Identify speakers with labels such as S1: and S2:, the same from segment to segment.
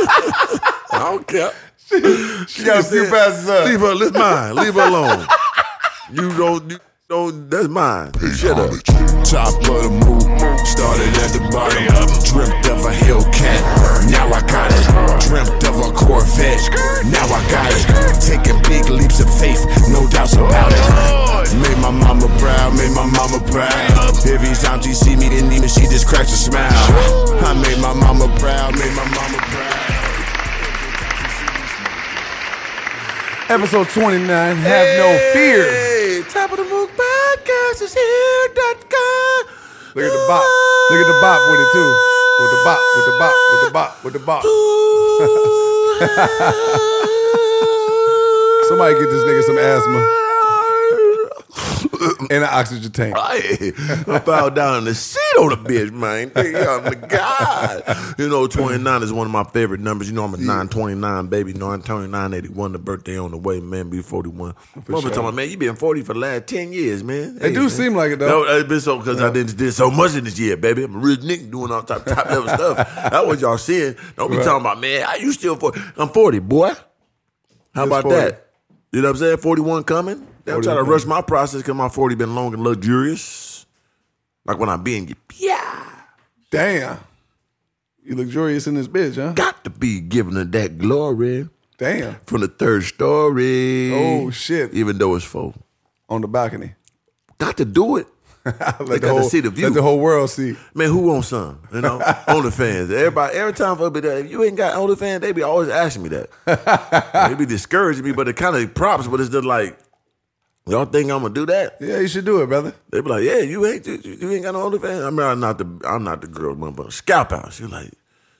S1: I don't care.
S2: She got a few
S1: said,
S2: passes up.
S1: Leave her. That's mine. Leave her alone. you don't. You don't. That's mine. Shut up.
S3: Top of the move, started at the bottom. Dreamt of a Hellcat, now I got it. Dreamt of a Corvette, now I got it. Taking big leaps of faith, no doubts about it. Made my mama proud, made my mama proud. Every time she see me, then even she just cracks a smile. I made my mama proud, made my mama proud.
S2: Episode 29, Have No Fear.
S1: Hey, top of the moon podcast is here. Dot com.
S2: Look at the bop. Look at the bop with it, too. With the bop, with the bop, with the bop, with the bop. Somebody get this nigga some asthma and an oxygen tank.
S1: Hey, I bow down in the seat on the bitch, man. Thank you, I'm the God. You know, 29 is one of my favorite numbers. You know, I'm a 929 baby. No, I'm turning 981, the birthday on the way, man. Be 41. Mother
S2: sure.
S1: talking about, man, you been 40 for the last 10 years, man.
S2: It do seem like it, though.
S1: No, it's been so because I didn't did so much in this year, baby. I'm a real nigga doing all top, top level stuff. That's what y'all seeing. Don't be
S2: Right.
S1: talking about, man, how you still 40? I'm 40, boy. How
S2: It's
S1: about
S2: 40.
S1: that? You know what I'm saying? 41 coming. I'm
S2: 41
S1: trying to rush
S2: coming.
S1: my process because my 40 been long and luxurious. Like when I'm being, yeah,
S2: Damn. You luxurious in this bitch, huh?
S1: got to be giving her that glory
S2: Damn.
S1: from the third story.
S2: Oh, shit.
S1: Even though it's full.
S2: On the balcony.
S1: Got to do it.
S2: let,
S1: got to see the view.
S2: let the whole world see.
S1: Man, who wants some? You know, OnlyFans. Everybody, every time for be that, if you ain't got OnlyFans, they be always asking me that. they be discouraging me, but it kind of props, but it's just like, y'all think I'm gonna do that?
S2: Yeah, you should do it, brother.
S1: They be like, yeah, you ain't you, you ain't got no OnlyFans. I mean, I'm not the I'm not the girl number scalp out. She like,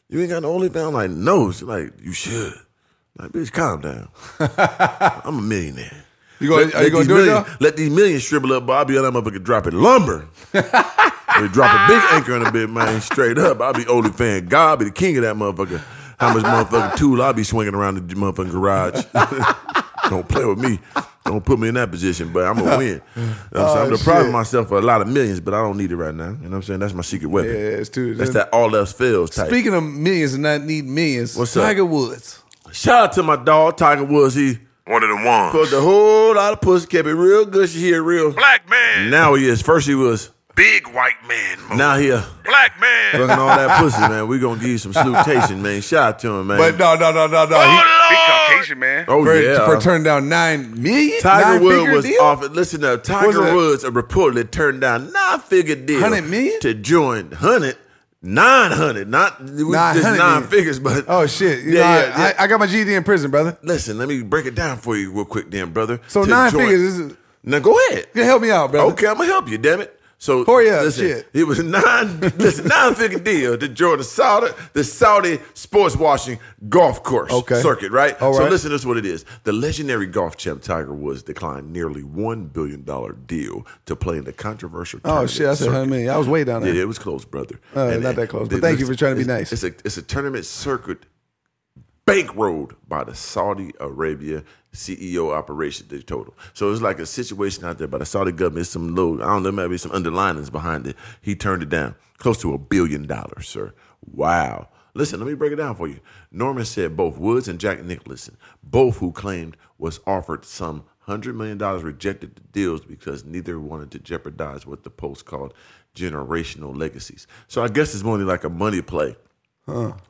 S1: you ain't got no OnlyFans. I'm like, no. She like, you should. I'm like, bitch, calm down. I'm a millionaire.
S2: You gonna, are you
S1: these
S2: going to do it,
S1: million,
S2: though?
S1: let these millions shrivel up, Bobby, and I'm up and drop it lumber. they drop a big anchor in a bit, man, straight up. I'll be OnlyFans God, I'll be the king of that motherfucker. How much motherfucking tool I'll be swinging around the motherfucking garage. Don't play with me. Don't put me in that position, but I'm gonna win. You know what I'm, saying? I'm
S2: Oh,
S1: depriving
S2: shit.
S1: myself of a lot of millions, but I don't need it right now. You know what I'm saying? That's my secret weapon.
S2: Yeah, it's too-
S1: That's that all else fails type.
S2: Speaking of millions and not need millions,
S1: What's up?
S2: Tiger Woods.
S1: Shout out to my dog Tiger Woods. He
S3: One of the ones.
S1: put the whole lot of pussy, kept it real good. She here real.
S3: Black man,
S1: Now he is. First he was.
S3: big white man,
S1: Now he a
S3: black man.
S1: fucking all that pussy, man. We gonna give you some salutation, man. Shout out to him, man.
S2: But no, no, no, no, no. He-
S3: Big Caucasian man.
S1: oh
S2: for,
S1: yeah.
S2: for turning down nine million.
S1: Tiger
S2: nine
S1: Woods
S2: figure
S1: was
S2: deal?
S1: off. Listen up. Tiger
S2: Was it-
S1: Woods uh, reportedly turned down nine figure deal,
S2: 100 million?
S1: to join hundred. 900, not it was just
S2: 900
S1: nine
S2: million.
S1: figures, but
S2: Oh shit!
S1: yeah,
S2: You know,
S1: yeah,
S2: I,
S1: yeah.
S2: I, I got my GD in prison, brother.
S1: Listen, let me break it down for you real quick, then, brother.
S2: So
S1: To
S2: nine
S1: join-
S2: figures is
S1: Now go ahead.
S2: you help me out, brother.
S1: Okay, I'm gonna help you. Damn it. So
S2: Hurry up,
S1: listen,
S2: shit.
S1: it was a nine listen nine figure deal to join the Saudi the Saudi sports washing golf course
S2: Okay.
S1: circuit, right?
S2: All
S1: So
S2: right.
S1: listen, this is what it is. The legendary golf champ Tiger Woods declined nearly one billion dollar deal to play in the controversial.
S2: Oh
S1: tournament
S2: shit! I said
S1: circuit.
S2: hundred million. I was way down there.
S1: Yeah, it was close, brother.
S2: Uh, not that close, but thank you for trying to be
S1: it's-
S2: nice.
S1: It's a it's a tournament circuit bankrolled by the Saudi Arabia CEO operation the total. So it's like a situation out there by the Saudi government. It's some little I don't know, maybe some underlinings behind it. He turned it down. Close to a billion dollars, sir. Wow. Listen, let me break it down for you. Norman said both Woods and Jack Nicholson, both who claimed was offered some $100 million rejected the deals because neither wanted to jeopardize what the Post called generational legacies. So I guess it's more like a money play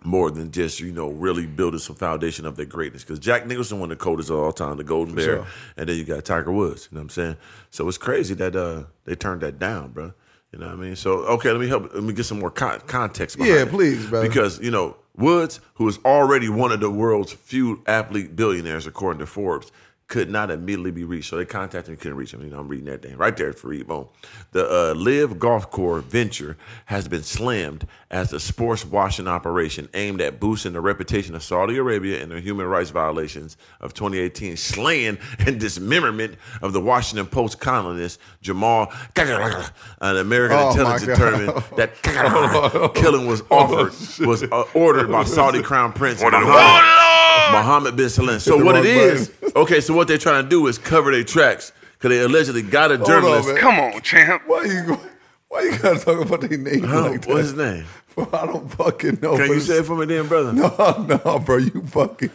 S1: more than just you know really building some foundation of their greatness. Because Jack Nicholson won the coldest of all time, the Golden Bear, and then you got Tiger Woods. You know what I'm saying? So it's crazy that uh, they turned that down, bro. You know what I mean? So okay, let me help. Let me get some more con- context. Behind
S2: Yeah,
S1: it.
S2: please, brother.
S1: Because you know Woods, who is already one of the world's few athlete billionaires according to Forbes. Could not immediately be reached, so they contacted me. Couldn't reach him. You know, I'm reading that thing right there for you. Boom. The uh, Live Golf Corps venture has been slammed as a sports washing operation aimed at boosting the reputation of Saudi Arabia and the human rights violations of 2018, slaying and dismemberment of the Washington Post columnist Jamal, an American
S2: Oh, my
S1: intelligence
S2: God.
S1: determined that killing was
S2: Oh,
S1: offered was uh, ordered by Saudi Crown Prince Mohammed, Mohammed bin Salman. So
S2: the
S1: what it
S2: wrong
S1: is? Okay, so what they're trying to do is cover their tracks because they allegedly got a journalist.
S2: man.
S3: Come on, champ.
S2: Why you? Why you gotta talk about their names
S1: Huh?
S2: like that?
S1: What's his name?
S2: Bro, I don't fucking know.
S1: Can
S2: but
S1: you
S2: it's-
S1: say it for me then, brother?
S2: No, no, bro. You fucking.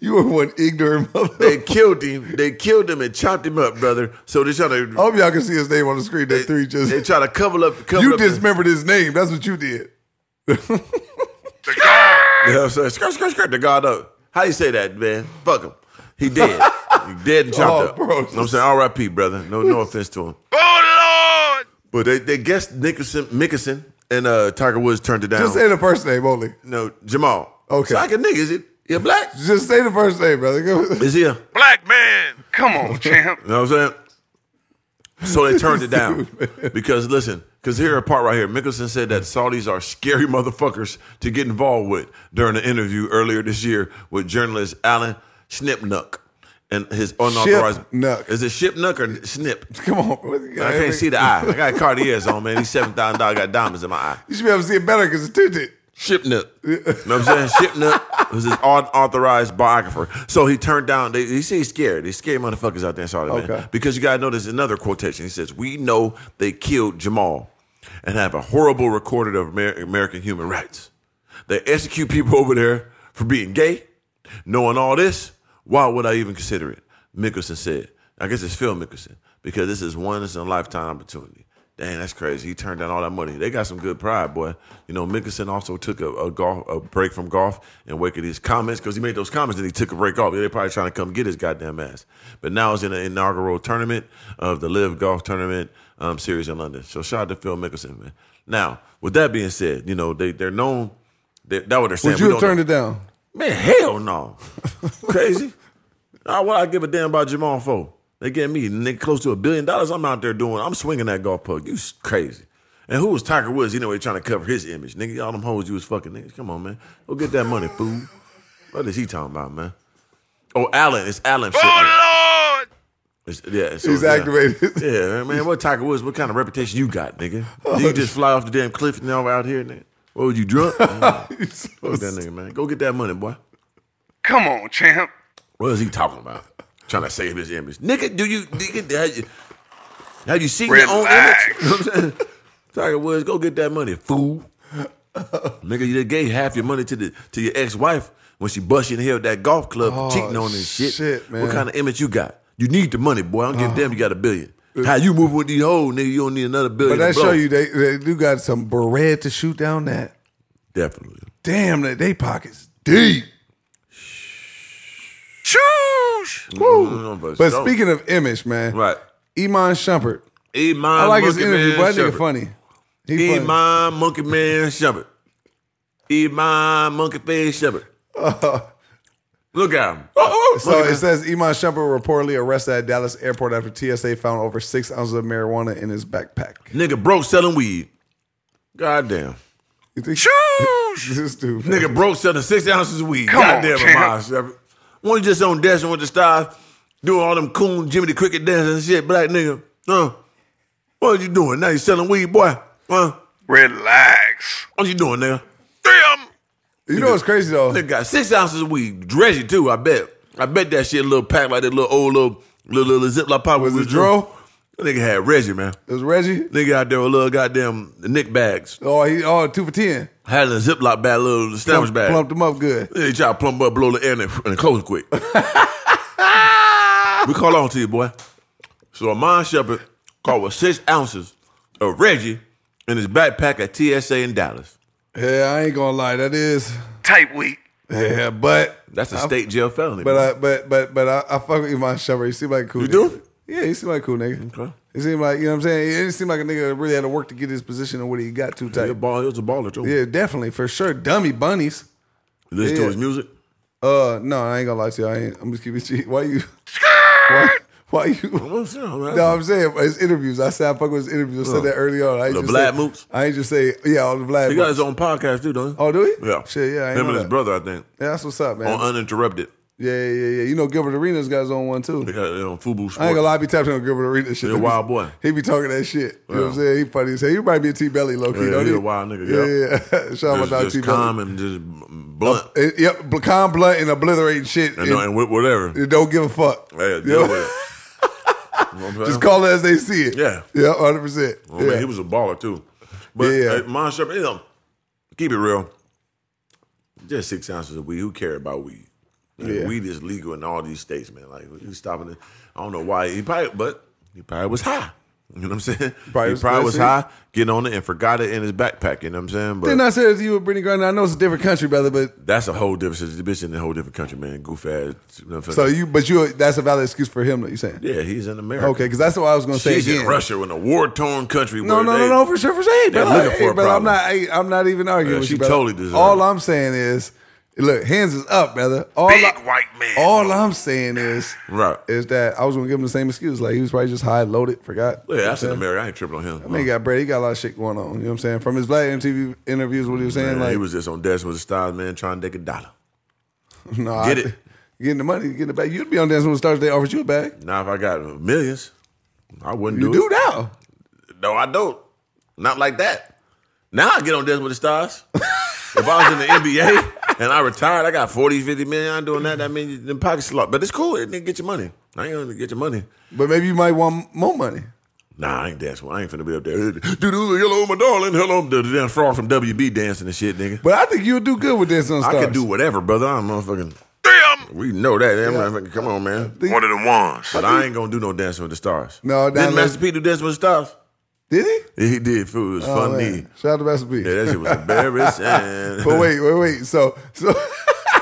S2: You are one ignorant
S1: They
S2: mother.
S1: killed him. They killed him and chopped him up, brother. So they try to
S2: I hope y'all can see his name on the screen. That three just.
S1: they try to cover up. Cover
S2: you
S1: up the-
S2: dismembered his name. That's what you did.
S1: You know what I'm saying? Skirt, skirt, skirt. The guard up. How you say that, man? Fuck him. He dead. he dead and
S2: Oh,
S1: chopped up.
S2: bro,
S1: You know what I'm saying R.I.P. brother. No, no offense to him.
S4: Oh Lord!
S1: But they, they guessed Nicholson, Mickelson, and uh, Tiger Woods turned it down.
S2: Just say the first name only.
S1: no, Jamal.
S2: Okay.
S1: So I can nigga, is it? You black?
S2: Just say the first name, brother. Go-
S1: Is he? A, you
S4: Black man, come on, champ.
S1: know what I'm saying? So they turned it down because listen, because here a part right here, Mickelson said that Saudis are scary motherfuckers to get involved with during an interview earlier this year with journalist Alan Snipnuck and his unauthorized.
S2: Shipnuck.
S1: Is it Shipnuck or Snip?
S2: Come on, bro.
S1: I can't see the eye. I got Cartiers on, man. These seven thousand dollars got diamonds in my eye.
S2: You should be able to see it better because it's tinted.
S1: Shipnup. You know what I'm saying? Shipnup was his unauthorized biographer. So he turned down, they, he said he's scared. These scary motherfuckers out there in Charlotte,
S2: Okay.
S1: man. Because you got to know there's another quotation. He says, We know they killed Jamal and have a horrible record of Amer- American human rights. They execute people over there for being gay. Knowing all this, why would I even consider it? Mickelson said. I guess it's Phil Mickelson because this is one in a lifetime opportunity. Dang, that's crazy. He turned down all that money. They got some good pride, boy. You know, Mickelson also took a, a golf a break from golf and wake of his comments because he made those comments and he took a break off. They're probably trying to come get his goddamn ass. But now he's in the inaugural tournament of the Live Golf Tournament um, series in London. So shout out to Phil Mickelson, man. Now, with that being said, you know they they're known. They, that what they're saying.
S2: Would
S1: We
S2: you have
S1: don't
S2: turned
S1: know.
S2: it down?
S1: Man, hell no. Crazy. Nah, what I give a damn about Jamal for? They get me nigga, close to a billion dollars. I'm out there doing. I'm swinging that golf puck. You s- crazy. And who was Tiger Woods? You know, he trying to cover his image, nigga. All them hoes you was fucking niggas. Come on, man. Go get that money, fool. What is he talking about, man? Oh, Allen. It's Allen. Shit, man.
S4: Oh Lord!
S1: It's- yeah, so,
S2: He's
S1: yeah.
S2: activated.
S1: Yeah, man. What Tiger Woods? What kind of reputation you got, nigga? Do you just fly off the damn cliff and all out here, nigga? What was you drunk? Fuck that nigga, man. Go get that money, boy.
S4: Come on, champ.
S1: What is he talking about? Trying to save his image. Nigga, do you nigga, have you, have you seen your own
S4: Relax.
S1: image? You know what I'm saying? Tiger Woods, go get that money, fool. nigga, you done gave half your money to the to your ex-wife when she bust you in the head at that golf club for
S2: Oh,
S1: cheating on this shit.
S2: shit, man.
S1: What kind of image you got? You need the money, boy. I don't give a damn you got a billion. How you moving with these hoes, nigga, you don't need another billion.
S2: Uh, But that
S1: to blow.
S2: show you they, they do got some bread to shoot down that.
S1: Definitely.
S2: Damn, that they pockets deep.
S4: Choose.
S1: Woo.
S2: But speaking of image, man,
S1: Mm-hmm. Right.
S2: Iman Shumpert.
S1: Iman
S2: I like his
S1: Monkey
S2: interview,
S1: Man
S2: but that nigga
S1: Shepherd.
S2: funny. He
S1: Eat
S2: funny.
S1: my monkey man shepherd. Eat my monkey face shepherd. Look at him.
S2: Oh, So it says Iman Shumpert reportedly arrested at Dallas airport after TSA found over six ounces of marijuana in his backpack.
S1: Nigga broke selling weed. Goddamn.
S2: You think
S4: Choose.
S2: this dude?
S1: Nigga broke selling six ounces of weed.
S4: Come on,
S1: Goddamn,
S4: champ.
S1: Amon Shepherd. One just on dancing with the stars, doing all them coon Jimmy the Cricket dancing and shit, black nigga. Huh? What you doing? Now you selling weed, boy. Huh?
S4: Relax.
S1: What you doing, nigga?
S4: Three of 'em.
S2: You know what's crazy though?
S1: Nigga got six ounces of weed. Dredgy too, I bet. I bet that shit a little pack like that little old little little, little Ziploc pop
S2: Was
S1: we
S2: it
S1: drinking.
S2: Dro?
S1: That Nigga had Reggie, man.
S2: It was Reggie.
S1: Nigga out there with little goddamn Nick bags.
S2: Oh, he oh two for ten.
S1: Had a Ziploc bag, little sandwich bag.
S2: Plumped him up good.
S1: They try to plump up, blow the air, and, and close quick. we call on to you, boy. So Amon Shepherd caught with six ounces of Reggie in his backpack at TSA in Dallas.
S2: Yeah, I ain't gonna lie, that is.
S4: Type week.
S2: Yeah, but
S1: That's a
S2: I'm-
S1: state jail felony.
S2: But
S1: man.
S2: I but but but I, I fuck with Iman Shumpert. He seemed like a cool.
S1: You
S2: nigga.
S1: do?
S2: Yeah, he seemed like a cool nigga.
S1: Okay.
S2: He seemed like you know what I'm saying. It didn't seem like a nigga that really had to work to get his position and what he got too
S1: He a
S2: tight.
S1: ball, he was a baller too.
S2: Yeah, definitely for sure. Dummy bunnies.
S1: You Listen
S2: Yeah.
S1: to his music.
S2: Uh, no, I ain't gonna lie to you. I ain't. I'm just keeping cheap. Why you? Why, why you?
S1: What's up, man?
S2: No, I'm saying his interviews. I said I fuck with his interviews. I said that early on. I ain't
S1: The
S2: just
S1: Vlad
S2: say,
S1: Mooks?
S2: I ain't just say yeah. All the Vlad.
S1: He got
S2: Mooks.
S1: his own podcast too, don't he?
S2: Oh, do he?
S1: yeah.
S2: Shit, yeah. I ain't
S1: Him
S2: know
S1: and his
S2: that.
S1: brother, I think,
S2: Yeah, that's what's up, man.
S1: on Uninterrupted.
S2: yeah, yeah, yeah. You know Gilbert Arenas got his own one too.
S1: They got it on Fubu Sports.
S2: I ain't gonna lie, I be tapped in on Gilbert Arenas shit.
S1: He a wild boy.
S2: He be talking that shit. You know what I'm
S1: Yeah.
S2: saying? He funny as hell. He might be a T Belly low key,
S1: Yeah,
S2: don't
S1: he
S2: he?
S1: a wild nigga,
S2: Yeah, yeah. yeah. Shout out
S1: Just,
S2: to
S1: just
S2: T
S1: calm
S2: Belly.
S1: and just blunt
S2: Eh, Yep, bl- calm, blunt, and obliterating shit.
S1: and, and with whatever.
S2: and don't give a fuck.
S1: Yeah,
S2: You
S1: deal
S2: know?
S1: with it. You know what I'm saying?
S2: Just call it as they see it.
S1: Yeah.
S2: Yeah, 100%.
S1: Oh,
S2: yeah.
S1: man, he was a baller too. But
S2: Yeah.
S1: yeah. uh, Mon Shepherd, you know, keep it real. Just six ounces of weed. Who care about weed? Like,
S2: Yeah.
S1: Weed is legal in all these states, man. Like he's stopping it. I don't know why he probably, but he probably was high. You know what I'm saying?
S2: Probably
S1: he probably
S2: was-
S1: was
S2: see?
S1: high, getting on it and forgot it in his backpack. You know what I'm saying? But
S2: Didn't I say that to you with Brittany Griner? I know it's a different country, brother, but
S1: that's a whole different. This bitch in a whole different country, man. Goof ass. You know what I'm
S2: so
S1: saying?
S2: you, but you, that's a valid excuse for him that you saying.
S1: yeah, he's in America.
S2: Okay, because that's what I was going to say
S1: She's
S2: again.
S1: in Russia in a war torn country.
S2: No,
S1: where
S2: no,
S1: they-
S2: no, no, for sure, for sure. Hey,
S1: they're
S2: brother,
S1: looking
S2: hey,
S1: for a
S2: brother, I'm
S1: problem.
S2: not, hey, I'm not even arguing
S1: Yeah,
S2: with
S1: she
S2: you, brother.
S1: totally deserves
S2: All
S1: it.
S2: I'm saying is, look, hands is up, brother. All
S4: Big
S2: I-
S4: white man.
S2: All I'm saying is,
S1: Right.
S2: is that I was going to give him the same excuse. Like he was probably just high, loaded, forgot.
S1: Yeah, that's in America. I ain't tripping on him.
S2: I mean, he got bread. He got a lot of shit going on. You know what I'm saying? From his black interview interviews, what he was saying,
S1: Uh, Man,
S2: like,
S1: he was just on Dancing with the Stars, man, trying to take a dollar.
S2: no,
S1: Get
S2: I-
S1: it.
S2: getting the money, getting the bag. You'd be on Dancing with the Stars. They offered you a bag.
S1: Now, if I got millions, I wouldn't
S2: You
S1: do,
S2: do now.
S1: it. No, I don't. Not like that. Now I get on Dancing with the Stars. if I was in the NBA and I retired, I got 40, 50 million. I'm doing that. That means the pockets locked. But it's cool. It didn't get your money. I ain't gonna get your money.
S2: But maybe you might want more money.
S1: Nah, I ain't dancing. I ain't finna be up there. Doo-doo, hello, my darling. Hello, the the damn fraud from WB dancing and shit, nigga.
S2: But I think you would do good with Dancing with the
S1: I
S2: Stars.
S1: can do whatever, brother. I'm motherfucking.
S4: Them.
S1: We know that. Damn, motherfucking- Come on, man.
S4: One of the ones.
S1: But I ain't gonna do no Dancing with the Stars.
S2: No,
S1: didn't
S2: not-
S1: Master P do Dancing with the Stars?
S2: Did he?
S1: Yeah, he did. Food was
S2: Oh,
S1: funny.
S2: man. Shout out to Master P.
S1: Yeah, that shit was embarrassing.
S2: But wait, wait, wait. So, so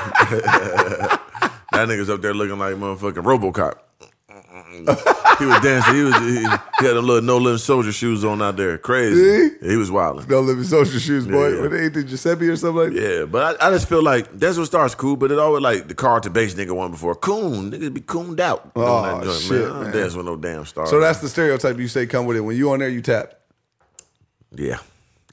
S1: that nigga's up there looking like motherfucking RoboCop. he was dancing. He was he, he had a little no limit soldier shoes on out there. Crazy.
S2: Did
S1: He was wilding.
S2: no living social shoes, boy.
S1: Yeah.
S2: What they did Giuseppe or something like that?
S1: Yeah, but I, I just feel like that's what starts cool. But it always like the car to base nigga one before coon niggas be cooned out. doing
S2: Oh,
S1: that joint,
S2: shit,
S1: I don't
S2: man.
S1: dance with no damn star.
S2: So that's the stereotype you say come with it. When you on there, you tap.
S1: yeah.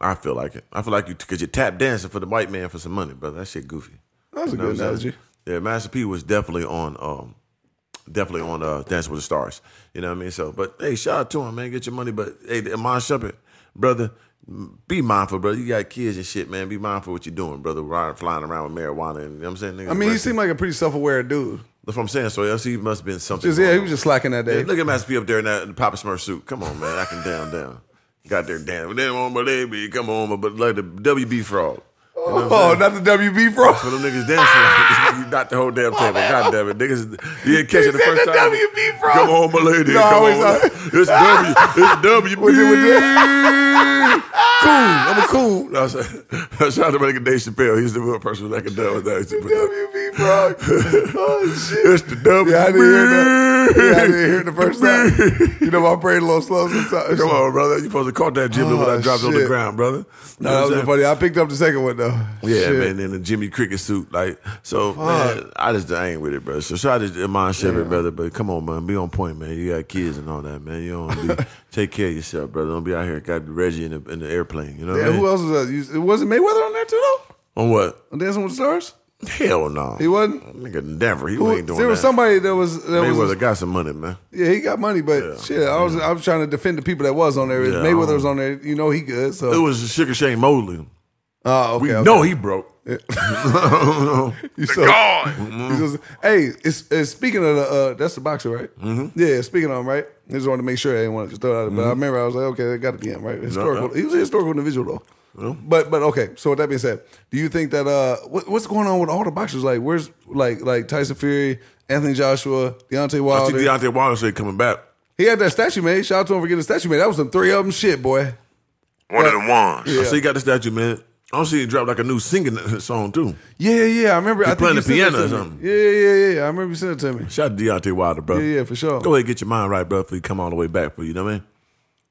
S1: I feel like it. I feel like you because you're tap dancing for the white man for some money, brother. That shit goofy.
S2: That's a
S1: You know
S2: good
S1: what I'm saying?
S2: analogy.
S1: Yeah, Master P was definitely on, um, definitely on uh, Dance with the Stars. You know what I mean? So, but hey, shout out to him, man. Get your money, but hey, Amon Shepard, brother, m- be mindful, brother. You got kids and shit, man. Be mindful what you're doing, brother. Riding, flying around with marijuana, and you know what I'm saying. Niggas
S2: I mean, he
S1: arrested.
S2: seemed like a pretty self-aware dude.
S1: That's what I'm saying. So else he must have been something.
S2: Just yeah,
S1: going
S2: he
S1: on.
S2: was just slacking that day.
S1: Hey, look at Master P up there in that in the Papa Smurf suit. Come on, man. I can down down. Got there down. Damn on my baby. Come on, my but like the WB frog.
S2: oh, not the WB
S1: For
S2: fraud.
S1: them niggas dancing, you knocked the whole damn table. God damn it, niggas! You didn't catch
S2: He
S1: it the
S2: said
S1: first
S2: the
S1: time.
S2: WB frog.
S1: Come on, my lady.
S2: No, I
S1: Come
S2: always
S1: on.
S2: thought-
S1: It's W. It's
S2: With the- with
S1: WB. cool. I'm a cool. No, I said- I was trying to make a Dave Chappelle. He's the real person that can do with that. He put that.
S2: WB fraud. Oh shit.
S1: uh, It's the WB.
S2: Yeah, I didn't hear that. Yeah, I didn't hear it the first time. You know, my brain a little slow sometimes.
S1: Come on, brother. You supposed to caught that Jimmy when
S2: Oh,
S1: I dropped it on the
S2: shit.
S1: ground, brother. You know
S2: No,
S1: what
S2: that was
S1: I'm
S2: funny. I picked up the second one though.
S1: saying? Yeah,
S2: Shit.
S1: man, in the Jimmy Cricket suit, like so. Man, I just I uh, ain't with it, bro. So shout out to Iman Shepard, brother. But come on, man, be on point, man. You got kids and all that, man. You don't be, take care of yourself, brother. Don't be out here got Reggie in the, in the airplane. You know what I
S2: Yeah,
S1: mean?
S2: who else was that? You, wasn't Mayweather on there too though?
S1: On what?
S2: On Dancing with the Stars?
S1: Hell no.
S2: He wasn't.
S1: Nigga, never. He
S2: Who-
S1: ain't doing
S2: there was
S1: that.
S2: somebody that was that was
S1: Mayweather got some money, man.
S2: yeah he got money, but shit, I was I was trying to defend the people that was on there.
S1: Yeah, I
S2: Mayweather
S1: don't-
S2: was on there, you know he good.
S1: It
S2: So
S1: was Sugar Shane Mosley.
S2: oh, okay,
S1: We
S2: okay.
S1: know he broke.
S2: You
S4: The
S2: so-
S4: guard.
S2: you so- hey, it's, it's speaking of the uh, that's the boxer, right? Mm-hmm. Yeah, speaking of him, right. I just wanted to make sure I didn't want to just throw it out.
S1: Mm-hmm.
S2: But I remember I was like, okay, that got to be him, right? Historical. He was a historical individual though. But but okay. So with that being said, do you think that uh, what, what's going on with all the boxers? Like, where's like like Tyson Fury, Anthony Joshua, Deontay
S1: I
S2: Wilder?
S1: see Deontay Wilder say coming back.
S2: He had that statue made. Shout out to him for getting the statue made. That was some three of them shit, boy.
S4: One of the ones.
S1: I see he got the statue, man. I don't see he dropped like a new singing song too.
S2: Yeah, yeah. I remember. I think
S1: playing
S2: you
S1: the
S2: sent that
S1: piano
S2: to
S1: or
S2: me.
S1: something.
S2: Yeah, yeah, yeah, yeah. I remember you sent it to me.
S1: Shout out to Deontay Wilder, bro.
S2: Yeah, yeah, for sure.
S1: Go ahead and get your mind right, bro, before you come all the way back for you, know what I mean?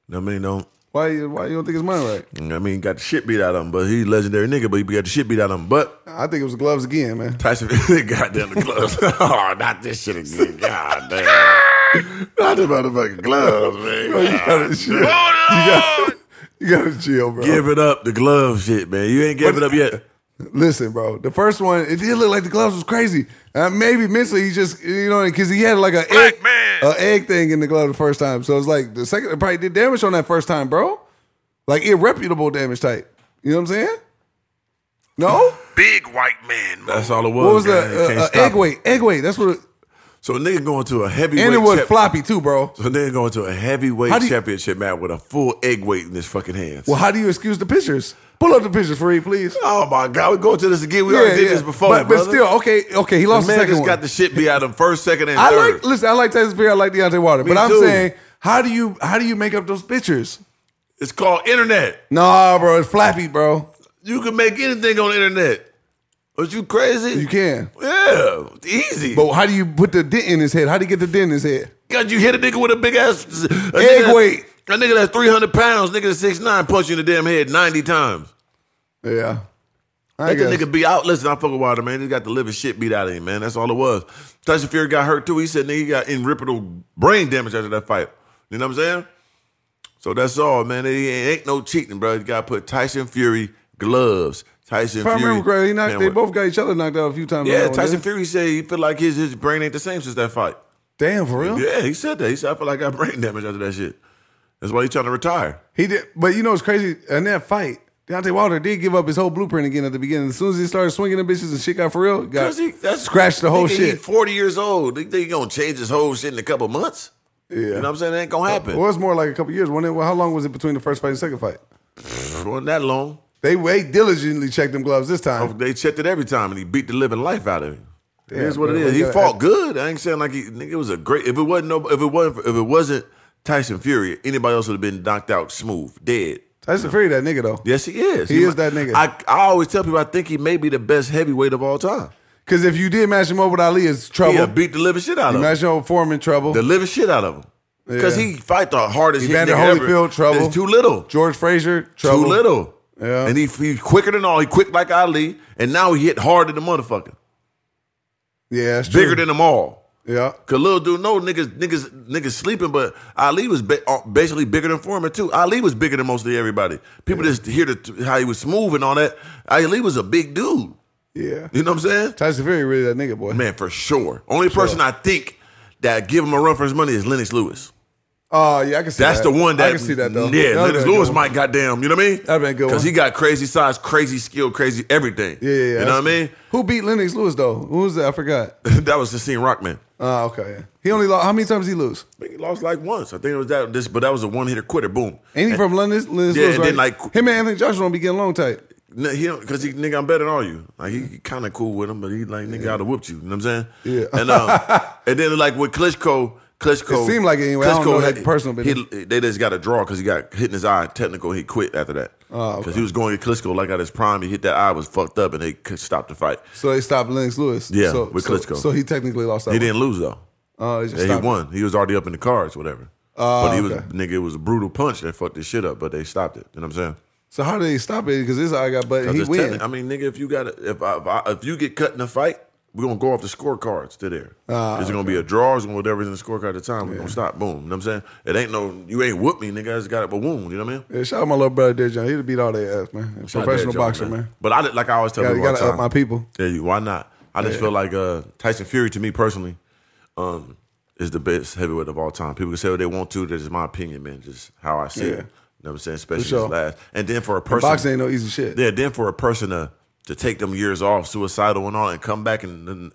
S1: You know what I mean? Don't
S2: Why? you- Why you don't think it's mine right?
S1: you know what I mean got the shit beat out of him, but he legendary nigga, but he got the shit beat out of him. But
S2: I think it was gloves again, man.
S1: Tyson goddamn the gloves. oh, not this shit again. God damn. not the motherfucking gloves, man.
S2: You gotta chill. You
S4: Oh,
S2: gotta, you gotta chill, bro.
S1: Give it up, the glove shit, man. You ain't gave it up yet.
S2: Listen, bro. The first one, it did look like the gloves was crazy. Uh, maybe mentally, he just you know because he had like a
S4: Black
S2: egg,
S4: man.
S2: a egg thing in the glove the first time. So it's like the second it probably did damage on that first time, bro. Like irreputable damage type. You know what I'm saying? No.
S4: Big white man.
S1: That's all it was.
S2: What was
S1: man.
S2: that?
S1: You can't
S2: Uh, uh,
S1: stop
S2: egg
S1: it.
S2: weight. Egg weight. That's what. It,
S1: So a nigga going to a heavyweight
S2: And it was
S1: chap-
S2: floppy too, bro.
S1: So a nigga going to a heavyweight
S2: How do you-
S1: championship match with a full egg weight in his fucking hands.
S2: Well, how do you excuse the pictures? Pull up the pictures for me, please.
S1: Oh my God, we going to this again. We already did this before,
S2: But, but
S1: brother.
S2: still, okay, okay, he
S1: The
S2: lost the,
S1: man
S2: second
S1: just
S2: one.
S1: got the shit beat out of him first, second, and
S2: I
S1: third.
S2: like listen, I like Tyson Fury, I like Deontay Wilder,
S1: Me
S2: but I'm
S1: too.
S2: saying, how do you how do you make up those pictures?
S1: it's called internet.
S2: Nah, bro, it's flappy, bro.
S1: You can make anything on the internet. Are you crazy?
S2: You can.
S1: Yeah, easy.
S2: But how do you put the dent in his head? How do you get the dent in his head?
S1: God, you hit a nigga with a big ass a
S2: Egg
S1: nigga,
S2: weight.
S1: A nigga that's three hundred pounds, nigga that's six nine, punch you in the damn head ninety times.
S2: Yeah. I
S1: Let the
S2: guess.
S1: nigga be out. Listen, I fuck with Wilder, man. He got the living shit beat out of him, man. That's all it was. Tyson Fury got hurt too. He said nigga he got irreparable brain damage after that fight. You know what I'm saying? So that's all, man. It ain't no cheating, bro. You gotta put Tyson Fury gloves. Tyson
S2: if I
S1: Fury.
S2: remember correctly, he knocked,
S1: Man,
S2: they
S1: what-
S2: both got each other knocked out a few times. in
S1: Yeah,
S2: that one,
S1: Tyson
S2: didn't
S1: Fury said he feel like his his brain ain't the same since that fight.
S2: they? Damn, for real?
S1: Yeah, he said that. He said I feel like I got brain damage after that shit. That's why he trying to retire.
S2: He did, but you know it's crazy. In that fight, Deontay Wilder did give up his whole blueprint again at the beginning. As soon as he started swinging the bitches and shit got for real, got
S1: Cause he that's,
S2: scratched the whole
S1: nigga, he
S2: shit.
S1: Forty years old. They think he gonna change his whole shit in a couple months?
S2: Yeah, Uh,
S1: You know what I'm saying? That ain't gonna happen.
S2: Well, it's more like a couple years. When it, well, how long was it between the first fight and second fight?
S1: Wasn't that long?
S2: They they diligently checked them gloves this time.
S1: They checked it every time, and he beat the living life out of him.
S2: Yeah,
S1: Here's what it
S2: bro,
S1: is.
S2: we
S1: He
S2: gotta-
S1: fought good. I ain't saying like he. Nigga, it was a great. If it wasn't no, if it wasn't, if it wasn't Tyson Fury, anybody else would have been knocked out, smooth, dead.
S2: Tyson Fury, that nigga though,
S1: Yes, he is.
S2: He is that nigga.
S1: I, I always tell people I think he may be the best heavyweight of all time.
S2: because if you did match him up with Ali, it's trouble.
S1: He done beat the living shit out
S2: you
S1: of him.
S2: match him up with Foreman, trouble.
S1: The living shit out of him. Because
S2: Yeah.
S1: he fight the hardest hit
S2: Evander
S1: nigga ever.
S2: Holyfield, trouble.
S1: It's too little.
S2: George Frazier, trouble.
S1: Too little.
S2: Yeah.
S1: And he he's quicker than all. He quick like Ali, and now he hit harder than motherfucker.
S2: Yeah, that's
S1: Bigger
S2: true.
S1: than them all.
S2: yeah.
S1: Cause little dude, no niggas, niggas, niggas sleeping, but Ali was ba- uh, basically bigger than Foreman too. Ali was bigger than mostly everybody. People just hear the, how he was smooth and all that. Ali was a big dude.
S2: Yeah,
S1: You know what I'm saying?
S2: Tyson Fury really that nigga boy.
S1: Man, for sure. Only person I think that give him a run for his money is Lennox Lewis.
S2: Oh yeah, I can see
S1: That's the
S2: that.
S1: one that
S2: I can see that though.
S1: Yeah,
S2: That
S1: Lennox
S2: would've been a
S1: Lewis
S2: good one.
S1: might goddamn. You know what I mean?
S2: That'd been a good
S1: Because
S2: one.
S1: he got crazy size, crazy skill, crazy everything.
S2: Yeah, yeah, yeah.
S1: You know what I mean?
S2: Who beat Lennox Lewis though? Who was that? I forgot.
S1: that was Justine Rockman.
S2: Oh, okay. yeah. He only lost. How many times did he lose?
S1: I think he lost like once. I think it was that. This, but that was a one hitter quitter. Boom.
S2: Ain't he from London? Lennox
S1: Yeah,
S2: Lewis,
S1: and
S2: right?
S1: then, like-
S2: him and Anthony Joshua don't be getting along tight.
S1: N- He because he nigga, I'm better than all you. Like he, kind of cool with him, but he like nigga, I'd have whooped you. You know what I'm saying?
S2: Mm-hmm. Yeah.
S1: And um, and then like with Klitschko, Klitschko
S2: It seemed like it anyway. I don't know that personal, but-
S1: He, they just got a draw because he got hit in his eye. Technical, he quit after that because
S2: Oh, okay.
S1: he was going to Klitschko like at his prime. He hit that eye was fucked up, and they could stop the fight.
S2: So they stopped Lennox Lewis.
S1: Yeah,
S2: so,
S1: with
S2: so,
S1: Klitschko.
S2: So he technically lost that.
S1: He
S2: one.
S1: didn't lose though.
S2: Oh, he, just
S1: Yeah, he
S2: stopped.
S1: won. He was already up in the cards, whatever.
S2: Oh,
S1: but he was
S2: okay.
S1: nigga. It was a brutal punch that fucked this shit up, but they stopped it. You know what I'm saying?
S2: So how did they stop it? Because this eye got but
S1: I'm
S2: he
S1: just
S2: win.
S1: telling- I mean, nigga, if you got if I, if I if you get cut in a fight, we're gonna go off the scorecards to there.
S2: Ah,
S1: it's gonna be a draw. It's gonna whatever's in the scorecard at the time. We're gonna stop. Boom. You know what I'm saying? It ain't no you ain't whoop me, nigga. I just got up a wound. You know what I mean?
S2: yeah, shout out my little brother, Dead John. He'd beat all their ass, man.
S1: Shout out
S2: Professional
S1: to that
S2: boxer,
S1: job,
S2: man.
S1: But I did- like I always tell
S2: Gotta,
S1: people all the
S2: gotta up
S1: time.
S2: my people.
S1: Yeah, you, why not? I just feel like uh, Tyson Fury to me personally um, is the best heavyweight of all time. People can say what they want to. That's just my opinion, man. Just how I see
S2: Yeah.
S1: it. You know what I'm saying? Especially
S2: sure.
S1: his last. And then for a person,
S2: Boxing ain't no easy shit.
S1: yeah, then for a person to to take them years off, suicidal and all, and come back and, then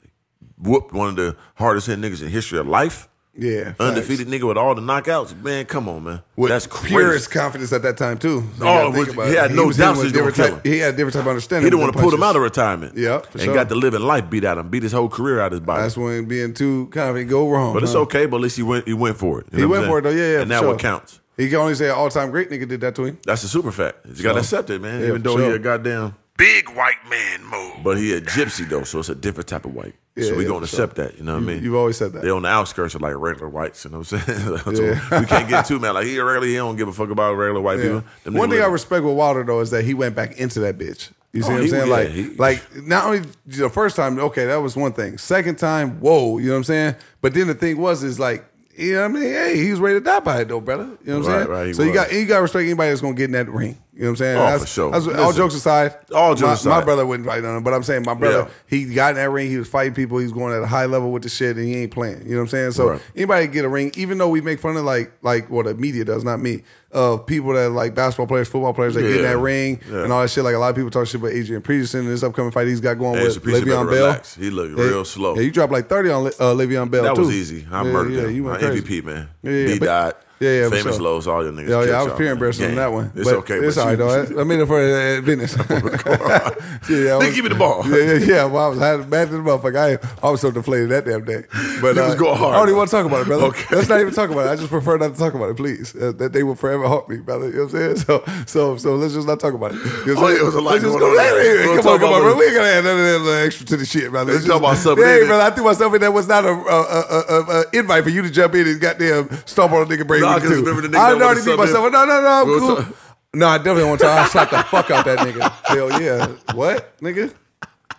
S1: whoop one of the hardest hit niggas in history of life,
S2: Yeah, facts.
S1: undefeated nigga with all the knockouts, man, come on, man,
S2: With
S1: that's crazy.
S2: purest confidence at that time too. You
S1: Oh,
S2: gotta
S1: it
S2: think
S1: was-
S2: about
S1: he
S2: it.
S1: had no doubts
S2: dealing with
S1: he was gonna
S2: different
S1: kill
S2: type- He had a different type of understanding.
S1: He didn't
S2: with
S1: want
S2: them
S1: to pull him
S2: punches.
S1: out of retirement.
S2: Yeah, for
S1: and
S2: sure.
S1: got the living life beat out of him, beat his whole career out of his body.
S2: That's when being too confident go wrong.
S1: But it's
S2: huh?
S1: okay. But at least he went. He went for it. You
S2: He
S1: know what
S2: went
S1: I'm
S2: for it though.
S1: saying?
S2: Yeah, yeah.
S1: And
S2: for
S1: that
S2: sure.
S1: what counts.
S2: He can only say all time great nigga did that to him.
S1: That's a super fact. You got to accept it, man.
S2: Yeah,
S1: Even
S2: for
S1: though he
S2: sure.
S1: a goddamn,
S4: Big white man move.
S1: but he a gypsy though, so it's a different type of white.
S2: Yeah,
S1: so we
S2: yeah,
S1: gonna
S2: for sure.
S1: accept that. You know what I mean?
S2: You've always said that.
S1: they on the outskirts of like regular whites. You know what I'm saying? So
S2: Yeah.
S1: we can't get too mad. Like he a regular, he don't give a fuck about regular white
S2: Yeah.
S1: people. Them
S2: One
S1: niggas
S2: thing I
S1: live-
S2: respect with Wilder though is that he went back into that bitch. You see
S1: Oh,
S2: what I'm
S1: he-
S2: saying?
S1: yeah,
S2: like,
S1: he-
S2: like not only the first time, okay, that was one thing. Second time, whoa, you know what I'm saying? But then the thing was, is like, you know what I mean? Hey, he was ready to die by it though, brother. You know what I'm
S1: Right,
S2: saying?
S1: right, he
S2: so you
S1: was.
S2: got you got to respect anybody that's gonna get in that ring. You You know what I'm saying?
S1: Oh,
S2: That's-
S1: for sure.
S2: that's- all
S1: Listen.
S2: jokes aside,
S1: All jokes
S2: my, my
S1: aside.
S2: brother wouldn't fight none. But I'm saying my brother,
S1: Yeah.
S2: he got in that ring. He was fighting people. He was going at a high level with the shit, and he ain't playing. You know what I'm saying? So
S1: Right.
S2: anybody can get a ring, even though we make fun of like like what the media does, not me, of people that like basketball players, football players, that get in
S1: Yeah.
S2: that ring
S1: Yeah.
S2: and all that shit. Like a lot of people talk shit about Adrian Peterson and this upcoming fight he's got going
S1: Adrian
S2: with
S1: Peterson better
S2: Le'Veon Bell.
S1: relax. He look real slow.
S2: Yeah, you dropped like 30 on Le- uh, Le'Veon Bell.
S1: That
S2: too.
S1: was easy. I murdered him.
S2: you
S1: My
S2: went crazy.
S1: MVP man.
S2: Yeah, yeah,
S1: B
S2: but-
S1: dot.
S2: yeah, yeah, for
S1: Famous
S2: sure.
S1: lows. All your niggas.
S2: Yeah,
S1: killed
S2: yeah, I was
S1: y'all,
S2: peer
S1: man.
S2: embarrassed on
S1: Yeah.
S2: that one.
S1: It's
S2: but
S1: okay.
S2: It's
S1: but
S2: all right,
S1: you-
S2: though. I, I made it for uh, business. yeah, I
S1: Nigga,
S2: was-
S1: give me the ball.
S2: Yeah, yeah, yeah. Well, I was I was mad as a motherfucker. I, I was so deflated that damn day. But uh,
S1: You was going hard,
S2: I don't even
S1: though.
S2: want to talk about it, brother.
S1: Okay.
S2: Let's not even talk about it. I just prefer not to talk about it, please. Uh, that they will forever haunt me, brother. You know what I'm saying? So, so, so let's just not talk about it. You know
S1: Oh,
S2: what I'm
S1: yeah,
S2: saying?
S1: it was a lot
S2: Let's just
S1: going
S2: go-
S1: on.
S2: Hey, hey,
S1: We'll
S2: Come
S1: talk
S2: on, come
S1: about
S2: on, bro.
S1: it.
S2: We ain't gonna add none of that little extra to the shit, brother.
S1: Let's talk about something
S2: Yeah,
S1: that-
S2: brother. I threw myself in there. Was not a, a, a, a, a, a invite for you to jump in and goddamn stomp on a nigga brain.
S1: Nah,
S2: with
S1: 'cause
S2: you.
S1: remember the nigga
S2: I
S1: that
S2: done already
S1: wanted
S2: beat
S1: something.
S2: myself. No, no, no. I'm
S1: We'll
S2: cool.
S1: talk-
S2: No, I definitely want to. I slapped the fuck out that nigga. Hell yeah. What, nigga?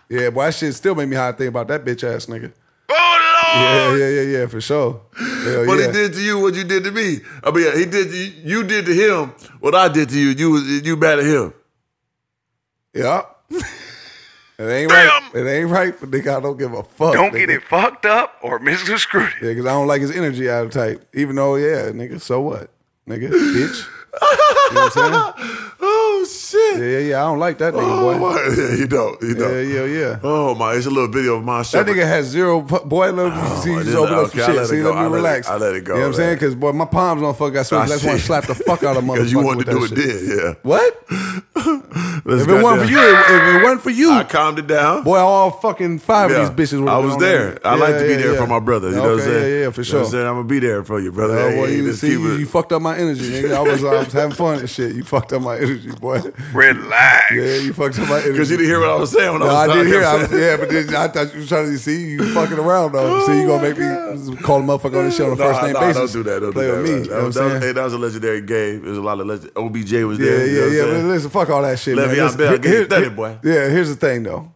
S2: Yeah, boy, that shit still made me hot think about that bitch ass nigga. Yeah,
S1: Oh Lord!
S2: yeah, yeah, yeah, for sure. Hell
S1: But
S2: yeah.
S1: he did to you what you did to me. I mean, he did. to- You did to him what I did to you. You was- you mad at him.
S2: Yeah. It ain't right. It ain't right, but nigga, I don't give a fuck.
S4: Don't
S2: nigga.
S4: get it fucked up or misconstrued.
S2: Yeah, because I don't like his energy out of type. Even though, yeah, nigga, so what? Nigga, bitch. You know what I'm
S1: Oh shit!
S2: saying? Yeah, yeah, yeah. I don't like that nigga,
S1: Oh,
S2: boy.
S1: my. Yeah, you don't. You
S2: Yeah,
S1: don't.
S2: yeah, yeah.
S1: Oh my! It's a little video of my
S2: That
S1: Shepard.
S2: nigga has zero pu- boy. Let me see you
S1: I
S2: just
S1: did-
S2: open up
S1: Oh, okay, I
S2: some
S1: let
S2: shit.
S1: it
S2: See,
S1: go.
S2: let me
S1: I let it-
S2: relax.
S1: I let it go,
S2: You know what I'm saying?
S1: man.
S2: Because boy, my palms don't fuck. I swear,
S1: I
S2: that's why I
S1: see.
S2: slapped the fuck out of motherfucker.
S1: Because you wanted to do
S2: with
S1: it
S2: that shit.
S1: then, yeah.
S2: What?
S1: Let's
S2: If it wasn't
S1: goddamn-
S2: for you, if if it wasn't for you,
S1: I calmed it down.
S2: boy, all fucking five
S1: Yeah.
S2: of these bitches. would've
S1: I
S2: been
S1: was
S2: on
S1: there.
S2: that.
S1: I like
S2: Yeah,
S1: to be
S2: yeah,
S1: there
S2: yeah.
S1: for my brother. You know what I'm
S2: Okay,
S1: saying?
S2: Yeah, yeah, for
S1: You know what
S2: sure.
S1: I'm saying? I'm gonna be there for you, brother.
S2: Oh,
S1: Hey,
S2: boy, you,
S1: just
S2: see,
S1: keep
S2: you,
S1: it-
S2: you fucked up my energy, nigga. I was, I was having fun and shit. You fucked up my energy, boy.
S4: Relax.
S2: Yeah, you fucked up my energy.
S1: Because you didn't hear what I was saying when
S2: No,
S1: I
S2: I
S1: was
S2: did hear. I was,
S1: talking.
S2: yeah, but then I thought you were trying to see you fucking around though. so you gonna make me call a motherfucker on the show on a first name
S1: Oh, nah,
S2: basis?
S1: Don't do that. Don't
S2: Play
S1: do that,
S2: with me.
S1: man.
S2: you
S1: That,
S2: know
S1: was,
S2: what I'm
S1: that was- hey,
S2: saying?
S1: that was a legendary game. There's a lot of legend. OBJ was there.
S2: Yeah,
S1: you know
S2: yeah,
S1: what I'm
S2: yeah.
S1: saying?
S2: But listen, fuck all that shit. man.
S1: Le'Veon
S2: Listen,
S1: Bell, get
S2: here-
S1: it done,
S2: here-
S1: boy.
S2: Yeah, here's the thing though.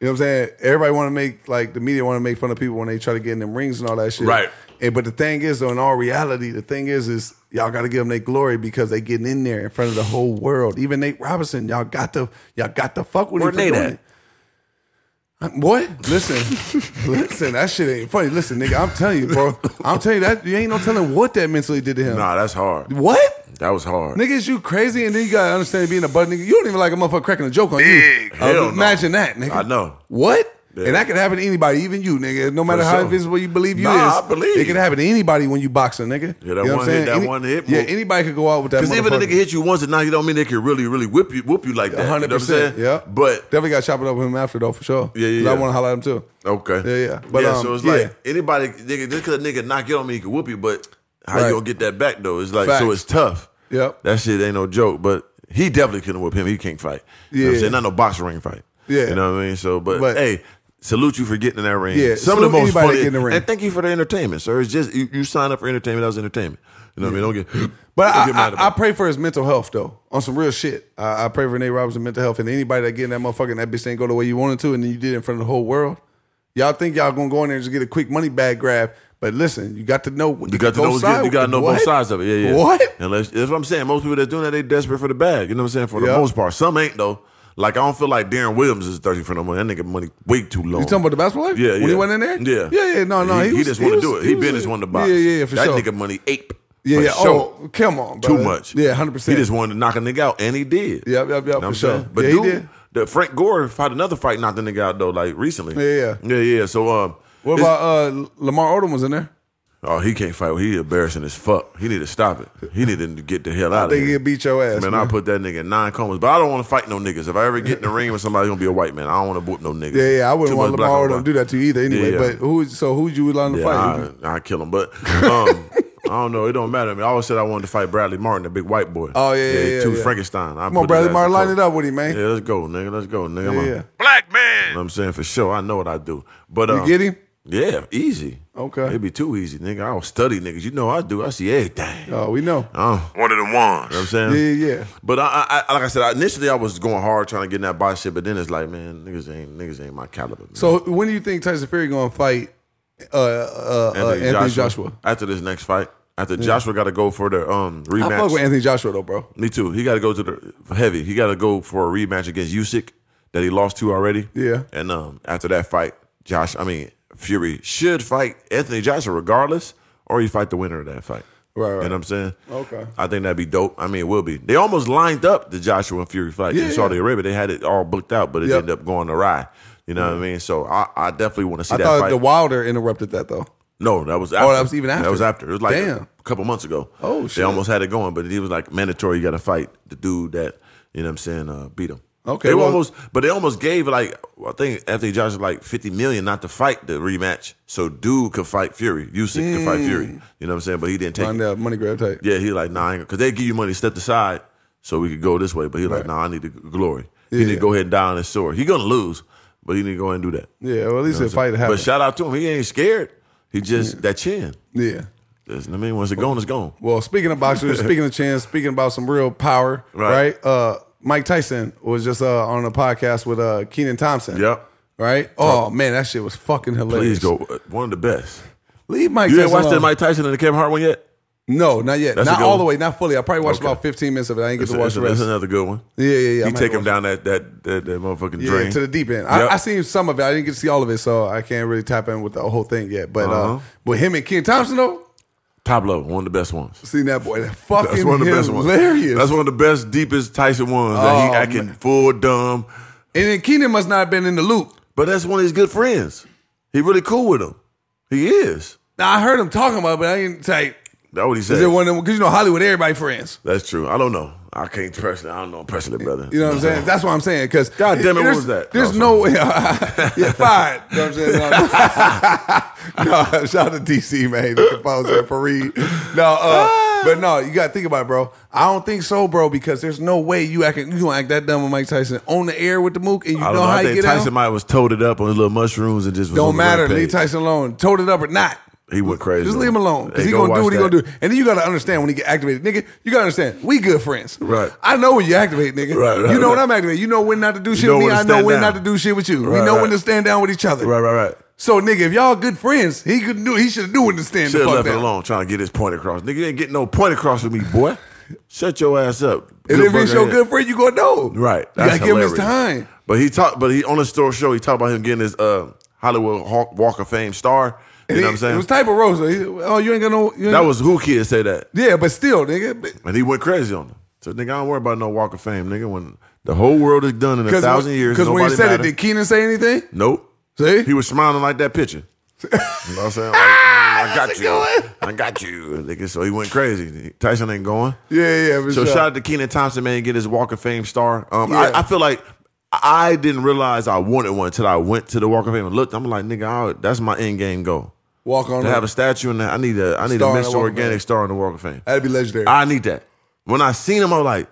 S2: You know what I'm saying? Everybody want to make like the media want to make fun of people when they try to get in them rings and all that shit.
S1: Right.
S2: And, but the thing is, though, in all reality, the thing is, is y'all got to give them their glory because they getting in there in front of the whole world. Even Nate Robinson, y'all got to y'all got to fuck with
S1: Where
S2: him. for
S1: Nate
S2: doing
S1: at?
S2: it. Uh, Boy, listen, listen. That shit ain't funny. Listen, nigga, I'm telling you, bro. I'm telling you that you ain't no telling what that mentally did to him.
S1: Nah, that's hard.
S2: What?
S1: That was hard.
S2: Niggas, you crazy, and then you gotta understand being a butt nigga. You don't even like a motherfucker cracking a joke on you.
S4: Big.
S2: Uh,
S1: Hell no.
S2: imagine that, nigga.
S1: I know.
S2: What?
S1: Yeah.
S2: And that could happen to anybody, even you, nigga. No matter how
S1: sure.
S2: invisible you believe you
S1: Nah,
S2: is,
S1: I believe.
S2: it could happen to anybody when you boxing, nigga.
S1: Yeah, that
S2: you know what I'm
S1: one hit-
S2: saying?
S1: that one hit
S2: Yeah,
S1: move.
S2: anybody could go out with that.
S1: Because even if a nigga
S2: motherfucker.
S1: hit you once and now you don't mean they can really, really whip you, whoop you like that. You know what I'm
S2: 100%,
S1: saying?
S2: yeah.
S1: But
S2: definitely got chopping up with him after though, for sure.
S1: Yeah, yeah,
S2: 'Cause I
S1: yeah.
S2: want to holler at him too.
S1: Okay.
S2: Yeah, yeah. But,
S1: yeah,
S2: um,
S1: so it's
S2: yeah.
S1: like anybody nigga just cause a nigga knock you don't mean he can whoop you, but how
S2: Right.
S1: you gonna get that back though? It's like so
S2: Facts.
S1: it's tough.
S2: Yep.
S1: That shit ain't no joke. But he definitely couldn't whoop him. He can't fight. You know what
S2: Yeah.
S1: I'm saying? Not no boxing ring fight.
S2: Yeah.
S1: You know what I mean? So but,
S2: But-
S1: hey, salute you for getting in that ring.
S2: Yeah,
S1: Some of the
S2: salute
S1: most
S2: anybody that
S1: funny
S2: get in the ring.
S1: And thank you for the entertainment, sir. It's just you, you signed up for entertainment, that was entertainment. You know what I mean? Don't get
S2: But
S1: don't
S2: I,
S1: get mad
S2: I, I
S1: about it.
S2: pray for his mental health though, on some real shit. I, I pray for Nate Robinson's mental health, and anybody that get in that motherfucker and that bitch ain't go the way you wanted to, and then you did it in front of the whole world. Y'all think y'all gonna go in there and just get a quick money bag grab? But listen, you got to know.
S1: you got to know what's good. You got to know both sides of it. Yeah, yeah.
S2: What?
S1: Unless that's what I'm saying. Most people that's doing that, they desperate for the bag. You know what I'm saying? For the
S2: Yeah.
S1: most part, some ain't though. Like I don't feel like Darren Williams is thirsty for no money. That nigga money way too low.
S2: You talking about the basketball? player?
S1: Yeah,
S2: when
S1: yeah.
S2: he went in there.
S1: Yeah,
S2: yeah, yeah. No, no.
S1: He,
S2: was-
S1: just want to
S2: was-
S1: do it. He,
S2: was-
S1: been just wanted to box.
S2: Yeah, yeah, for
S1: that
S2: sure.
S1: nigga money ape.
S2: yeah,
S1: for
S2: yeah.
S1: sure.
S2: Oh, come on,
S1: too
S2: brother.
S1: much.
S2: Yeah, hundred
S1: He
S2: percent.
S1: just wanted to knock a nigga out, and he did.
S2: Yep, yep, yep,
S1: You know what
S2: for
S1: I'm
S2: sure.
S1: saying? But
S2: Yeah, he
S1: dude,
S2: did.
S1: the Frank Gore fought another fight, knocked the nigga out though, like recently.
S2: Yeah,
S1: yeah, yeah. yeah. So um,
S2: What
S1: it's-
S2: about uh, Lamar Odom was in there?
S1: Oh, he can't fight. He embarrassing as fuck. He need to stop it. He need to get the hell out
S2: I
S1: of
S2: think
S1: here.
S2: he'll beat your ass.
S1: man, I put that nigga in nine comas. But I don't want to fight no niggas. If I ever get in the ring with somebody, it's gonna be a white man. I don't want to whoop no niggas.
S2: Yeah, yeah, I
S1: Too
S2: wouldn't want
S1: much black
S2: Lamar
S1: on
S2: Odom
S1: black.
S2: to do that to you either. Anyway,
S1: Yeah, yeah.
S2: but who? So who'd you would line to fight?
S1: Yeah, I, I kill him, but um, I don't know. It don't matter. I, mean, I always said I wanted to fight Bradley Martin, the big white boy.
S2: Oh, yeah, yeah, yeah,
S1: two
S2: yeah.
S1: Frankenstein. I
S2: Come on, Bradley Martin, line it up with him, man.
S1: Yeah, let's go, nigga. Let's go, nigga.
S2: Yeah,
S1: I'm, a-
S2: yeah.
S4: Black man.
S1: I'm saying for sure. I know what I do. But um,
S2: You get him?
S1: Yeah, easy.
S2: Okay.
S1: it'd be too easy, nigga. I don't study niggas. You know I do. I see everything.
S2: Oh, we know.
S1: Oh,
S4: One of the
S1: you know what I'm
S4: ones.
S1: saying.
S2: Yeah, yeah.
S1: But I, I, I, like I said, I, initially I was going hard trying to get in that box shit, but then it's like, man, niggas ain't niggas ain't my caliber. Man.
S2: So when do you think Tyson Fury gonna fight uh, uh, uh, Anthony, Joshua?
S1: after this next fight. After Joshua got to go for the um
S2: I
S1: rematch.
S2: fuck with Anthony Joshua though, bro.
S1: Me too. He got to go to the heavy. He got to go for a rematch against Usyk that he lost to already.
S2: Yeah.
S1: And um, after that fight, Josh, I mean Fury should fight Anthony Joshua regardless, or he fight the winner of that fight.
S2: Right,
S1: You know
S2: right.
S1: what I'm saying?
S2: Okay.
S1: I think that'd be dope. I mean, it will be. They almost lined up the Joshua and Fury fight in
S2: Yeah,
S1: Saudi
S2: yeah.
S1: Arabia. They had it all booked out, but it
S2: Yep.
S1: ended up going awry. You know what I mean? So I, I definitely want to see
S2: I
S1: that
S2: thought
S1: fight.
S2: the Wilder interrupted that though.
S1: No, that was after.
S2: Oh, that was even after?
S1: That was after. It was like
S2: Damn.
S1: a couple months ago.
S2: Oh,
S1: They
S2: shit.
S1: almost had it going, but he was like mandatory. You got to fight the dude that you know what I'm saying uh, beat him.
S2: Okay,
S1: They were
S2: well-
S1: almost, but they almost gave like I think Anthony Joshua like 50 million not to fight the rematch, so dude could fight Fury. Usyk could fight Fury. You know what I'm saying? But he didn't take.
S2: Find
S1: it.
S2: out money grab type.
S1: Yeah, he like nah, because they give you money, step aside, so we could go this way. But he like nah, I need the glory. He
S2: Yeah.
S1: need to go ahead and die on his sword. He gonna lose, but he need to go ahead and do that.
S2: Yeah, well at least the fight
S1: But
S2: happened.
S1: shout out to him. He ain't scared. He just that chin.
S2: yeah.
S1: That's- I mean, once it's gone, it's gone.
S2: Well, speaking of boxers, speaking of chance, speaking about some real power,
S1: Right.
S2: right? Uh, Mike Tyson was just uh, on a podcast with uh, Keenan Thompson.
S1: Yep.
S2: Right. Oh man, that shit was fucking
S1: Please
S2: hilarious.
S1: go. uh, One of the best.
S2: Leave Mike.
S1: You ain't
S2: Tyson
S1: watched that
S2: alone.
S1: Mike Tyson and the Kevin Hart one yet?
S2: No, not yet.
S1: That's a
S2: not
S1: good
S2: all
S1: one.
S2: the way. Not fully. I probably watched
S1: Okay.
S2: about fifteen minutes of it. I ain't get
S1: That's,
S2: to watch the
S1: that's
S2: rest.
S1: another good one.
S2: Yeah, yeah, yeah. I
S1: He
S2: might
S1: take him
S2: watch
S1: down that that that, that motherfucking
S2: Yeah,
S1: drain
S2: to the deep end.
S1: Yep.
S2: I, I seen some of it. I didn't get to see all of it, so I can't really tap in with the whole thing yet. But uh
S1: Uh-huh.
S2: with him and Ken Thompson though,
S1: Top level, one of the best ones.
S2: seen that boy. That fucking
S1: That's one of the best ones.
S2: hilarious.
S1: That's one of the best, deepest Tyson ones. that
S2: Oh,
S1: he acting
S2: man.
S1: full dumb,
S2: and then Keenan must not have been in the loop.
S1: but that's one of his good friends. He really cool with him. He is.
S2: Now I heard him talking about, it, but I didn't say.
S1: That's what he said.
S2: Is it one of them? Because you know Hollywood, everybody friends.
S1: that's true. I don't know. I can't personally. I don't know personally, brother.
S2: You know what I'm saying? That's what I'm saying. Because
S1: God damn it, what
S2: there's-
S1: was that? Oh,
S2: There's
S1: No,
S2: no, yeah, fine. You know what I'm saying? No, no, shout out to DC man, the composer Fareed. No,
S1: Ah.
S2: uh, but no, you gotta think about it, bro. I don't think so, bro, because there's no way you acting you gonna act that dumb with Mike Tyson on the air with the Mook, and you
S1: I
S2: know,
S1: don't know.
S2: how
S1: I
S2: you
S1: think
S2: get
S1: Tyson
S2: out.
S1: might have was toted up on his little mushrooms and just was on
S2: Don't
S1: the
S2: matter.
S1: rampage.
S2: Leave Tyson alone. Tote it up or not.
S1: He went crazy.
S2: Just leave him alone. Because
S1: Hey,
S2: he
S1: go
S2: gonna do
S1: watch
S2: what he
S1: that.
S2: gonna do. And then you gotta understand when he get activated. Nigga, you gotta understand, we good friends.
S1: Right.
S2: I know when you activate, nigga.
S1: Right, right,
S2: you know when
S1: right.
S2: I'm activated. You know when not to do shit
S1: know
S2: with me.
S1: when to
S2: I know
S1: stand
S2: when
S1: down.
S2: not to do shit with you.
S1: Right,
S2: we know
S1: right.
S2: when to stand down with each other.
S1: Right, right, right.
S2: So nigga, if y'all good friends, he could do he should have knew when to stand
S1: Should
S2: the
S1: have
S2: fuck
S1: left it
S2: down.
S1: alone trying to get his point across. Nigga, you ain't getting no point across with me, boy. Shut your ass up.
S2: And if it's your
S1: Good
S2: good friend, you gonna know.
S1: burger. Right.
S2: You gotta
S1: That's
S2: give him his
S1: hilarious.
S2: time.
S1: But he talked but he on the store show, he talked about him getting his uh Hollywood Hawk Walk of Fame star. You know what I'm
S2: It
S1: saying?
S2: was type of Rosa. He- oh, you ain't gonna know. you ain't-
S1: that was who kid said that.
S2: yeah, but still, nigga.
S1: And he went crazy on him. So nigga, I don't worry about no Walk of Fame, nigga. When the whole world is done in a thousand years.
S2: Because when he
S1: nobody
S2: said
S1: matter.
S2: it, did Keenan say anything?
S1: Nope.
S2: See?
S1: He was smiling like that picture. You know what I'm saying? Like,
S2: Ah,
S1: "Mm, I got you. I got you. Nigga, so he went crazy. Tyson ain't going.
S2: yeah, yeah. for
S1: So
S2: sure.
S1: shout out to Keenan Thompson, man, get his Walk of Fame star. Um, I,
S2: Yeah.
S1: I feel like I didn't realize I wanted one until I went to the Walk of Fame and looked. I'm like, nigga, I, that's my end game goal.
S2: Walk on.
S1: To
S2: up.
S1: have a statue and I need a I need
S2: Star
S1: a Mr.
S2: in the Walk of Fame.
S1: Organic star in the Walk of Fame.
S2: That'd be legendary.
S1: I need that. When I seen him, I was like,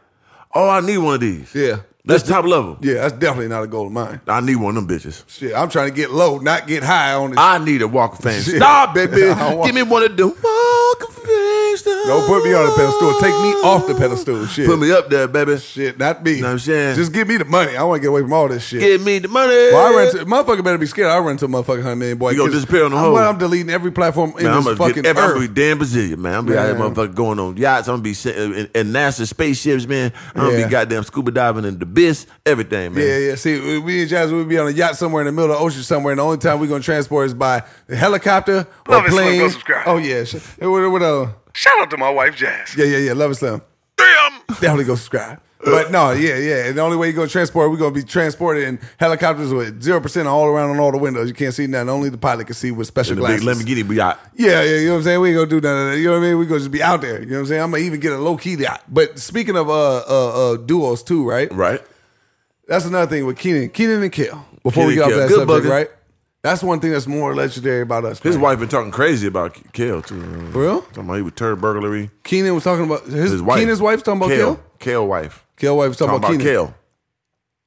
S1: oh, I need one of these.
S2: Yeah.
S1: that's top level.
S2: yeah, that's definitely not a goal of mine.
S1: I need one of them bitches.
S2: Shit, I'm trying to get low, not get high on this.
S1: I need a Walk of Fame.
S2: Shit.
S1: Stop, baby.
S2: I don't want-
S1: Give me one of them Walk of Fame stars.
S2: Don't put me on the pedestal. Take me off the pedestal. Shit.
S1: Put me up there, baby.
S2: shit, not me.
S1: Know what I'm saying?
S2: Just give me the money. I want to get away from all this shit.
S1: Give me the money.
S2: well, I run to motherfucker better be scared. I run to a motherfucking hundred million boy.
S1: You gonna
S2: 'cause
S1: disappear on the
S2: I'm-
S1: hole.
S2: I'm deleting every platform in
S1: Man, I'm
S2: this
S1: gonna get
S2: fucking
S1: every, I'm
S2: earth.
S1: gonna be damn Brazilian, man. I'm gonna be out here
S2: Man.
S1: motherfucker going on yachts. I'm gonna be sitting in, in NASA spaceships, man. I'm gonna
S2: Yeah.
S1: be goddamn scuba diving in the abyss, everything, man.
S2: yeah, yeah. See, we- we and Jazz would be on a yacht somewhere in the middle of the ocean somewhere, and the only time we're gonna transport is by helicopter or
S4: Love it, Slim. Go
S2: plane.
S4: subscribe.
S2: oh yeah. Sh- Hey, what, what, uh,
S4: Shout out to my wife, Jazz.
S2: yeah, yeah, yeah. Love it, Slim.
S4: Damn.
S2: Definitely go subscribe. But no, yeah, yeah. And the only way you're gonna transport, we're gonna be transported in helicopters with zero percent all around on all the windows. You can't see nothing. Only the pilot can see with special
S1: In the big
S2: glasses.
S1: Lamborghini yacht.
S2: yeah, yeah, you know what I'm saying? We ain't gonna do none of that. You know what I mean? We're gonna just be out there. You know what I'm saying? I'm gonna even get a low key yacht. But speaking of uh uh, uh duos too, right?
S1: Right.
S2: That's another thing with Keenan, Keenan and Kill. Before we get off
S1: Keenan
S2: that
S1: and Kel. Good
S2: subject,
S1: bugger.
S2: right? That's one thing that's more legendary about us.
S1: His
S2: man.
S1: wife been talking crazy about Kale too. For
S2: real?
S1: Talking about he returned burglary.
S2: Keenan was talking about his,
S1: His wife.
S2: Keenan's wife's talking about Kill.
S1: Kale wife.
S2: Kale wife was talking,
S1: Talking about
S2: Keenan.
S1: Kale.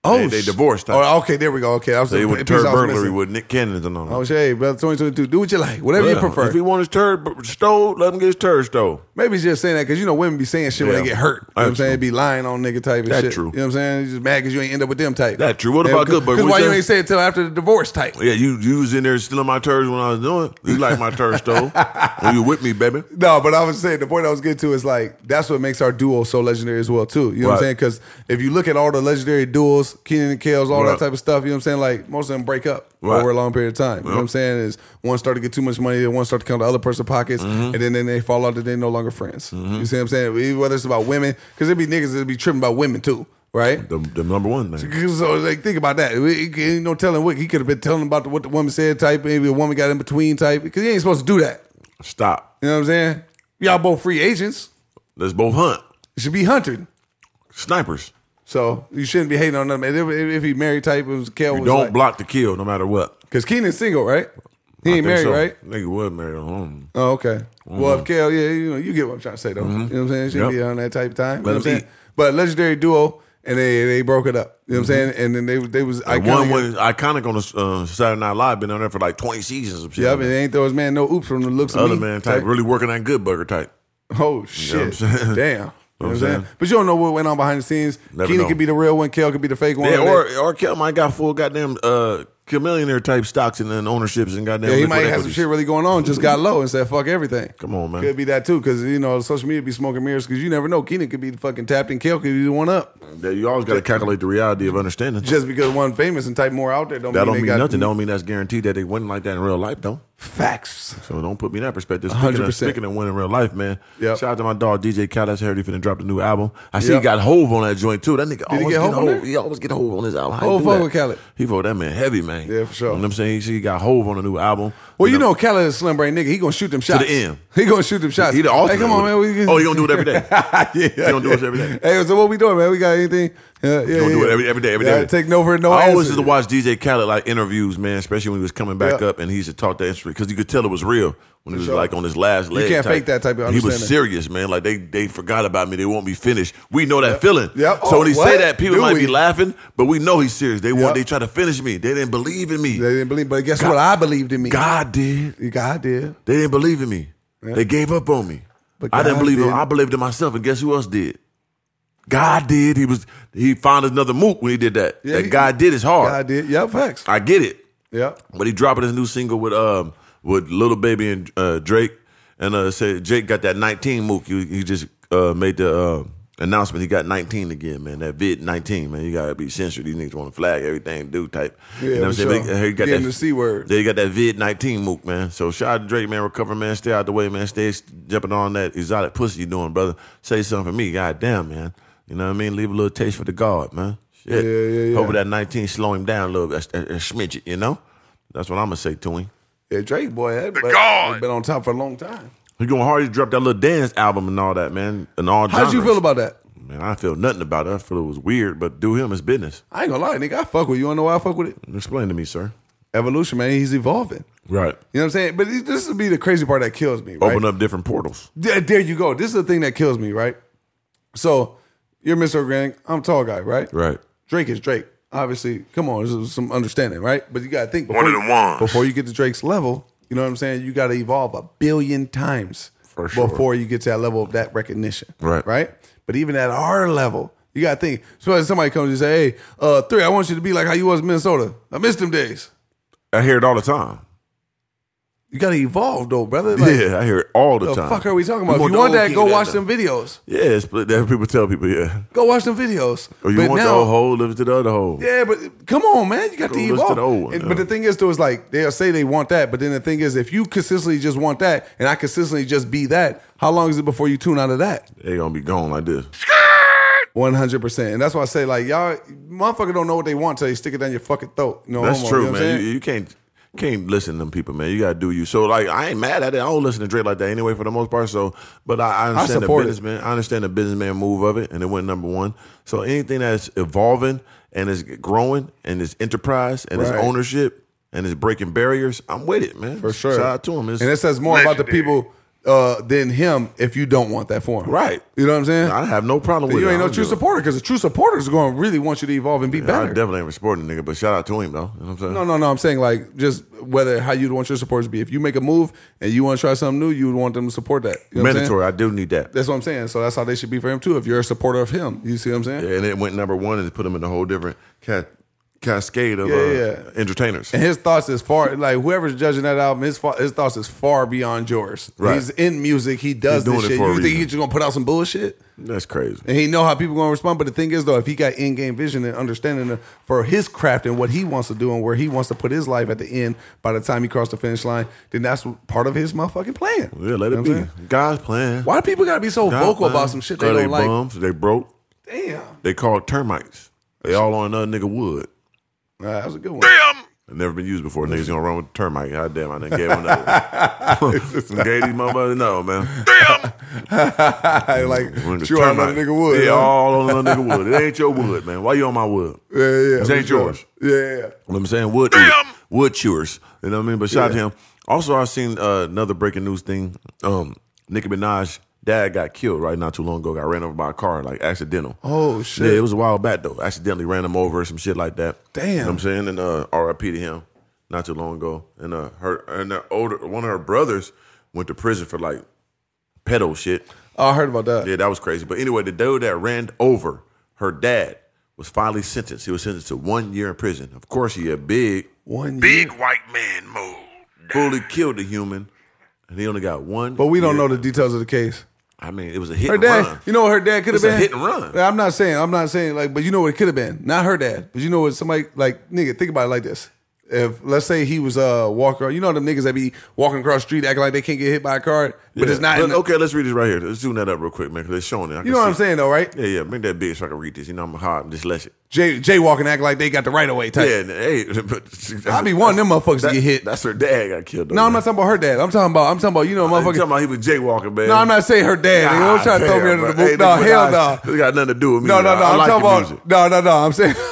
S1: they, they
S2: sh-
S1: divorced.
S2: Oh, okay, there we go. Okay, I was
S1: They went
S2: piece
S1: third
S2: I was
S1: burglary
S2: missing.
S1: with Nick Cannon and all that.
S2: Oh, hey, brother, 2022. Do what you like, whatever you
S1: Yeah.
S2: prefer.
S1: If he want his turd b- stole, let him get his turd stole.
S2: Maybe he's just saying that because you know women be saying shit when
S1: Yeah.
S2: they get hurt. You know what I'm
S1: That's
S2: saying?
S1: true.
S2: Be lying on nigga type and
S1: That's
S2: shit.
S1: true.
S2: You know what I'm saying? You just mad because you ain't end up with them type.
S1: That's true. What about good burger?
S2: Because
S1: What
S2: why
S1: you
S2: you
S1: say?
S2: ain't say it till after the divorce type?
S1: Yeah, you, you was in there stealing my turds when I was doing. it. You like my turd stole? Well, you with me, baby?
S2: No, but I was saying the point I was getting to is like that's what makes our duo so legendary as well too. You know what
S1: Right.
S2: I'm saying? Because if you look at all the legendary duos, Keenan and Kels, all
S1: Right.
S2: that type of stuff, you know what I'm saying? Like most of them break up
S1: Right.
S2: over a long period of time. You know what I'm saying? Is one start to get too much money, then one start to come to other person's pockets,
S1: Mm-hmm.
S2: and then, then they fall out that they're no longer friends. You see what I'm saying? Even Whether it's about women, because there be niggas that be tripping about women too, right?
S1: The, the number one thing.
S2: So like, think about that. He- he- Ain't no telling what he could have been telling about what the woman said type. Maybe a woman got in between type because he ain't supposed to do that.
S1: Stop.
S2: You know what I'm saying? Y'all both free agents.
S1: Let's both hunt.
S2: You should be hunting.
S1: Snipers.
S2: So you shouldn't be hating on them. And If, if, if he married type, it was Kel was
S1: Don't
S2: like,
S1: block the kill, no matter what.
S2: because Keenan's single, right? He ain't
S1: I
S2: married,
S1: think so.
S2: right?
S1: Nigga was married. Hmm.
S2: Oh, okay. Well, if Kel, yeah, you know, you get what I'm trying to say though. You know what I'm saying? Should
S1: Mm-hmm. Yep.
S2: be on that type of time. You know
S1: Let
S2: what I'm
S1: him
S2: saying?
S1: eat.
S2: But legendary duo, and they they broke it up. You know what I'm saying? And then they they was
S1: Mm-hmm. And one
S2: iconic.
S1: was iconic on the uh, Saturday Night Live. Been on there for like twenty seasons. Or
S2: yeah,
S1: yeah,
S2: but they ain't throw his man no oops from the looks of
S1: other
S2: me
S1: man type, really working that good burger type.
S2: Oh shit!
S1: I'm saying?
S2: Damn. You know what I'm saying?
S1: saying?
S2: But you don't know what went on behind the scenes.
S1: Never
S2: Keenan
S1: know.
S2: could be the real one. Kel could be the fake one.
S1: Yeah, or or Kel might got full goddamn uh, chameleonaire type stocks and then ownerships and goddamn.
S2: Yeah, he
S1: liquid
S2: might have some
S1: equities.
S2: shit really going on. Just got low and said, "Fuck everything."
S1: Come on, man.
S2: Could be that too, because you know social media be smoking mirrors. Because you never know, Keenan could be fucking tapped and Kale could be the one up.
S1: Yeah, you always got to calculate the reality of understanding.
S2: Just because one famous and type more out there, don't
S1: that
S2: mean
S1: don't
S2: they
S1: mean
S2: got
S1: nothing. That don't mean that's guaranteed that they win like that in real life, though.
S2: facts.
S1: So don't put me in that perspective. Speaking, Of,
S2: 100%.
S1: speaking of winning real life, man.
S2: Yep.
S1: Shout out to my dog DJ Cal. That's Harry finna drop the new album. I see
S2: Yep.
S1: he got Hove on that joint too. That nigga
S2: he
S1: always
S2: get
S1: get,
S2: Hov on
S1: Hov.
S2: there?
S1: He always get Hove on his album. How
S2: Hov
S1: he
S2: fuck
S1: do
S2: with
S1: that?
S2: Khaled.
S1: He vote that man heavy, man.
S2: Yeah, for sure.
S1: You know what I'm saying? He, he got Hove on a new album.
S2: Well, you know, Cal is a slim brain nigga. He gonna shoot them shots
S1: the end.
S2: He gonna shoot them shots.
S1: he the
S2: hey,
S1: ultimate
S2: come on, man.
S1: with it.
S2: We,
S1: oh, he gonna do it every day.
S2: yeah,
S1: He gonna do us every day.
S2: Hey, so what we doing, man? We got anything? Yeah, yeah, yeah,
S1: Gonna do it
S2: yeah.
S1: every, every day, every
S2: Yeah,
S1: day.
S2: Take no for no.
S1: I always
S2: answer.
S1: used to watch DJ Khaled like interviews, man, especially when he was coming back
S2: Yeah.
S1: up and he used to talk that instrument because you could tell it was real when he was
S2: sure.
S1: like on his last leg.
S2: can't fake that type of
S1: And He was
S2: understanding.
S1: serious, man. Like they they forgot about me. They won't be finished. We know that feeling. So
S2: Yep. Oh,
S1: when he
S2: what?
S1: say that, people
S2: Do
S1: might
S2: we?
S1: be laughing, but we know he's serious. They
S2: Yep.
S1: want they try to finish me. They didn't believe in me.
S2: They didn't believe, but guess what? I believed in me.
S1: God did.
S2: God did.
S1: They didn't believe in me. They gave up on me.
S2: But
S1: I didn't
S2: God
S1: believe
S2: did.
S1: in I believed in myself, and guess who else did? God did. He was he found another mook when he did that.
S2: Yeah,
S1: that
S2: he-
S1: God did is hard.
S2: God did. Yeah, facts.
S1: I get it.
S2: Yeah.
S1: But he dropping his new single with um with Little Baby and uh, Drake, and uh, said Drake got that 19 mook. He, he just uh, made the uh, announcement. He got 19 again, man. That vid 19, man. You gotta be censored. These niggas want to flag everything, do type.
S2: Yeah,
S1: you know what I'm
S2: for
S1: saying?
S2: sure.
S1: But he- he got
S2: Getting
S1: that
S2: the C word.
S1: They got that vid 19 mook, man. So shout out to Drake, man. Recover, man. Stay out the way, man. Stay s- jumping on that exotic pussy you doing, brother. Say something for me, goddamn, man. You know what I mean? Leave a little taste for the God, man. Shit.
S2: Yeah, yeah, yeah.
S1: Hoping that 19 slow him down a little bit, a, a, a smidge it, you know? That's what I'm gonna say to him.
S2: Yeah, Drake boy, that
S4: The
S2: boy-
S4: God.
S2: he been on top for a long time.
S1: He going hard. He dropped that little dance album and all that, man, and all.
S2: How'd you
S1: genres.
S2: feel about that?
S1: Man, I feel nothing about it. I feel it was weird, but do him his business.
S2: I ain't gonna lie, nigga. I fuck with you. You wanna know why I fuck with it?
S1: Explain to me, sir.
S2: Evolution, man. He's evolving.
S1: Right.
S2: You know what I'm saying? But this- this would be the crazy part that kills me, right?
S1: Open up different portals.
S2: There, there you go. This is the thing that kills me, right? So you're Mr. Organic. I'm a tall guy, right?
S1: Right.
S2: Drake is Drake. Obviously, come on, this is some understanding, right? But you gotta think before
S4: One of
S2: you-
S4: the ones.
S2: before you get to Drake's level, you know what I'm saying? You got to evolve a billion times
S1: For sure.
S2: before you get to that level of that recognition.
S1: Right.
S2: Right. But even at our level, you got to think. So if somebody comes and say, hey, uh, three, I want you to be like how you was in Minnesota. I miss them days.
S1: I hear it all the time.
S2: You got to evolve, though, brother. Like,
S1: yeah, I hear it all the,
S2: The
S1: time.
S2: fuck are we talking about?
S1: We
S2: If you want
S1: the old
S2: that,
S1: king
S2: go
S1: of
S2: watch
S1: though.
S2: them videos.
S1: Yeah, it's, but that people tell people, yeah.
S2: Go watch them videos.
S1: Or you
S2: But
S1: want
S2: now-
S1: the old hole, live it to the other hole.
S2: Yeah, but come on, man, you got to
S1: Go listen
S2: evolve.
S1: to the old one,
S2: And-
S1: yeah.
S2: But the thing is, though, is like they'll say they want that, but then the thing is, if you consistently just want that, and I consistently just be that, how long is it before you tune out of that?
S1: They gonna be gone like this.
S2: One hundred percent, and that's why I say like y'all, motherfucker, don't know what they want till they stick it down your fucking throat. No,
S1: That's
S2: homo,
S1: true,
S2: you know what I'm
S1: man.
S2: saying?
S1: You, you can't can't listen to them people, man. You gotta do you. So like, I ain't mad at it. I don't listen to Drake like that anyway, for the most part. So, but I, I understand the
S2: support it.
S1: businessman. I understand the businessman move of it, and it went number one. So anything that's evolving and is growing and is enterprise and is
S2: Right.
S1: ownership and is breaking barriers, I'm with it, man.
S2: For sure.
S1: Shout out to him. It's,
S2: and it says more about the
S4: legendary.
S2: people uh, than him if you don't want that for him.
S1: Right.
S2: You know what I'm saying?
S1: I have no problem with
S2: you
S1: it.
S2: ain't
S1: I
S2: no
S1: don't
S2: true
S1: give a-
S2: supporter because the true supporters are going to really want you to evolve and be
S1: I
S2: better.
S1: definitely ain't supporting the nigga, but shout out to him though. You know what I'm saying?
S2: No, no, no. I'm saying like just whether how you'd want your supporters to be. If you make a move and you want to try something new, you would want them to support that. You know what I'm saying?
S1: Mandatory. I do need that.
S2: That's what I'm saying. So that's how they should be for him too. If you're a supporter of him, you see what I'm saying?
S1: Yeah, and it went number one and put him in a whole different ca- cascade of
S2: Yeah,
S1: uh,
S2: yeah.
S1: entertainers.
S2: And his thoughts is far like whoever's judging that album, his fa- his thoughts is far beyond yours.
S1: Right.
S2: He's in music. He
S1: He's
S2: does
S1: doing
S2: this
S1: it
S2: shit.
S1: for a
S2: You think
S1: reason.
S2: he's just gonna put out some bullshit?
S1: That's crazy.
S2: And he know how people gonna respond. But the thing is though, if he got in game vision and understanding of- for his craft and what he wants to do and where he wants to put his life at the end by the time he crossed the finish line, then that's part of his motherfucking plan.
S1: Yeah, let
S2: You know
S1: it
S2: what
S1: be.
S2: I'm saying?
S1: God's plan.
S2: Why do people gotta be so
S1: God's
S2: vocal
S1: plan.
S2: about some shit they
S1: Cause
S2: don't
S1: they
S2: like?
S1: Bums, they broke.
S2: Damn.
S1: They called termites. They all on another nigga wood.
S2: Nah, that was a good one.
S1: Never been used before. Niggas gonna run with the termite. God damn, I done gave one that one. gave these motherfuckers no, man.
S2: I like
S1: When the
S2: chew on
S1: termite-
S2: another nigga wood.
S1: Yeah,
S2: huh?
S1: all on another nigga wood. It ain't your wood, man. Why you on my wood?
S2: yeah, yeah.
S1: This
S2: for
S1: ain't
S2: sure.
S1: yours.
S2: Yeah, yeah.
S1: You know what I'm saying? Wood
S4: Damn.
S1: eat- wood chewers. You know what I mean? But shout out
S2: Yeah.
S1: to him. Also, I've seen uh, another breaking news thing. Um, Nicki Minaj dad got killed right not too long ago. Got ran over by a car, like accidental.
S2: Oh, shit.
S1: Yeah, it was a while back though. Accidentally ran him over or some shit like that.
S2: Damn.
S1: You know what I'm saying? And uh, R.I.P. to him. Not too long ago, and uh, her and her older one of her brothers went to prison for like pedo shit.
S2: Oh, I heard about that.
S1: Yeah, that was crazy. But anyway, the dude that ran over her dad was finally sentenced. He was sentenced to one year in prison. Of course, he a big
S2: One
S4: Big
S2: year.
S4: white man mode.
S1: fully killed a human, and he only got one.
S2: But we don't know the details of the case.
S1: I mean, it was a hit
S2: Her
S1: and
S2: dad,
S1: run.
S2: you know what her dad could have
S1: It's a
S2: been?
S1: hit and run.
S2: I'm not saying, I'm not saying like, but you know what it could have been. Not her dad, but you know what somebody like nigga, think about it like this. If let's say he was uh walking, you know them niggas that be walking across the street acting like they can't get hit by a car, but
S1: Yeah.
S2: it's not. in the-
S1: okay, let's read this right here. Let's zoom that up real quick, man, because it's showing it. I can
S2: You know what I'm
S1: see it.
S2: saying though, right?
S1: Yeah, yeah. Make that big so I can read this. You know, I'm hard. I'm dyslexic.
S2: Jay Jay walking act like they got the right of way type.
S1: Yeah, and, hey, but
S2: I be wanting them motherfuckers to get hit.
S1: That's her dad got killed.
S2: No, I'm not talking about her dad. I'm talking about I'm talking about you know
S1: talking
S2: motherfucker.
S1: about he was jaywalking, man.
S2: No, I'm not saying her dad. nigga. Don't try to throw me under the book. No, hell no.
S1: This got nothing to do with me.
S2: No, no, no.
S1: I
S2: I'm
S1: like
S2: talking
S1: the
S2: about
S1: music.
S2: no, no, no. I'm saying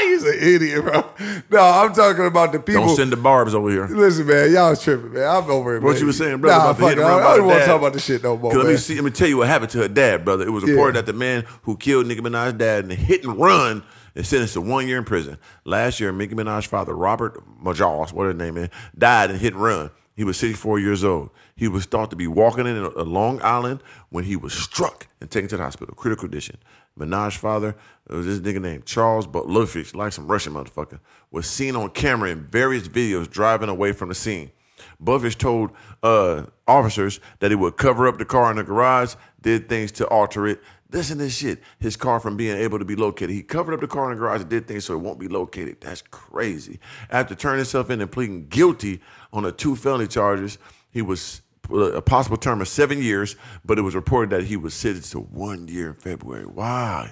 S2: he's an idiot, bro. No, I'm talking about the people.
S1: Don't send the barbs over here.
S2: Listen, man, y'all tripping, man. I'm over it.
S1: What
S2: man.
S1: you was saying, brother,
S2: Nah,
S1: about the
S2: fuck
S1: hit
S2: it.
S1: and run by
S2: I don't
S1: the
S2: want to
S1: dad.
S2: talk about this shit no more.
S1: 'Cause Let me
S2: man.
S1: see. Let me tell you what happened to her dad, brother. It was reported that the man who killed Nicki Minaj's dad in a hit and run is sentenced to one year in prison. Last year, Nicki Minaj's father, Robert Majaus, what his name is, died in a hit and run. He was 64 years old. He was thought to be walking in a, a Long Island when he was struck and taken to the hospital, critical condition. Minaj's father, uh, this nigga named Charles Butlovich, like some Russian motherfucker, was seen on camera in various videos driving away from the scene. Buffett told uh, officers that he would cover up the car in the garage, did things to alter it. Listen to this shit. His car from being able to be located. He covered up the car in the garage and did things so it won't be located. That's crazy. After turning himself in and pleading guilty on the two felony charges, he was a possible term of seven years, but it was reported that he was sentenced to one year in February. Why?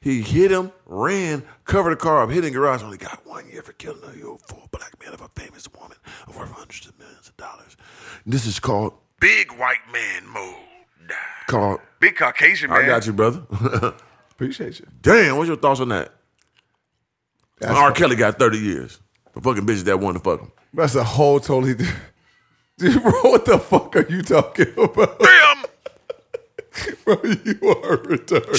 S1: He hit him, ran, covered the car up, hit in garage. Only got one year for killing a you fool black man of a famous woman over hundreds of millions of dollars. This is called
S4: Big white man mode.
S1: called.
S4: Big Caucasian man.
S1: I got you, brother.
S2: Appreciate you.
S1: Damn, what's your thoughts on that?
S2: That's,
S1: R. Kelly got thirty years for fucking bitches that wanted to fuck him.
S2: that's a whole totally. di- Dude, bro, what the fuck are you talking about?
S4: Damn.
S2: Bro, you are retarded.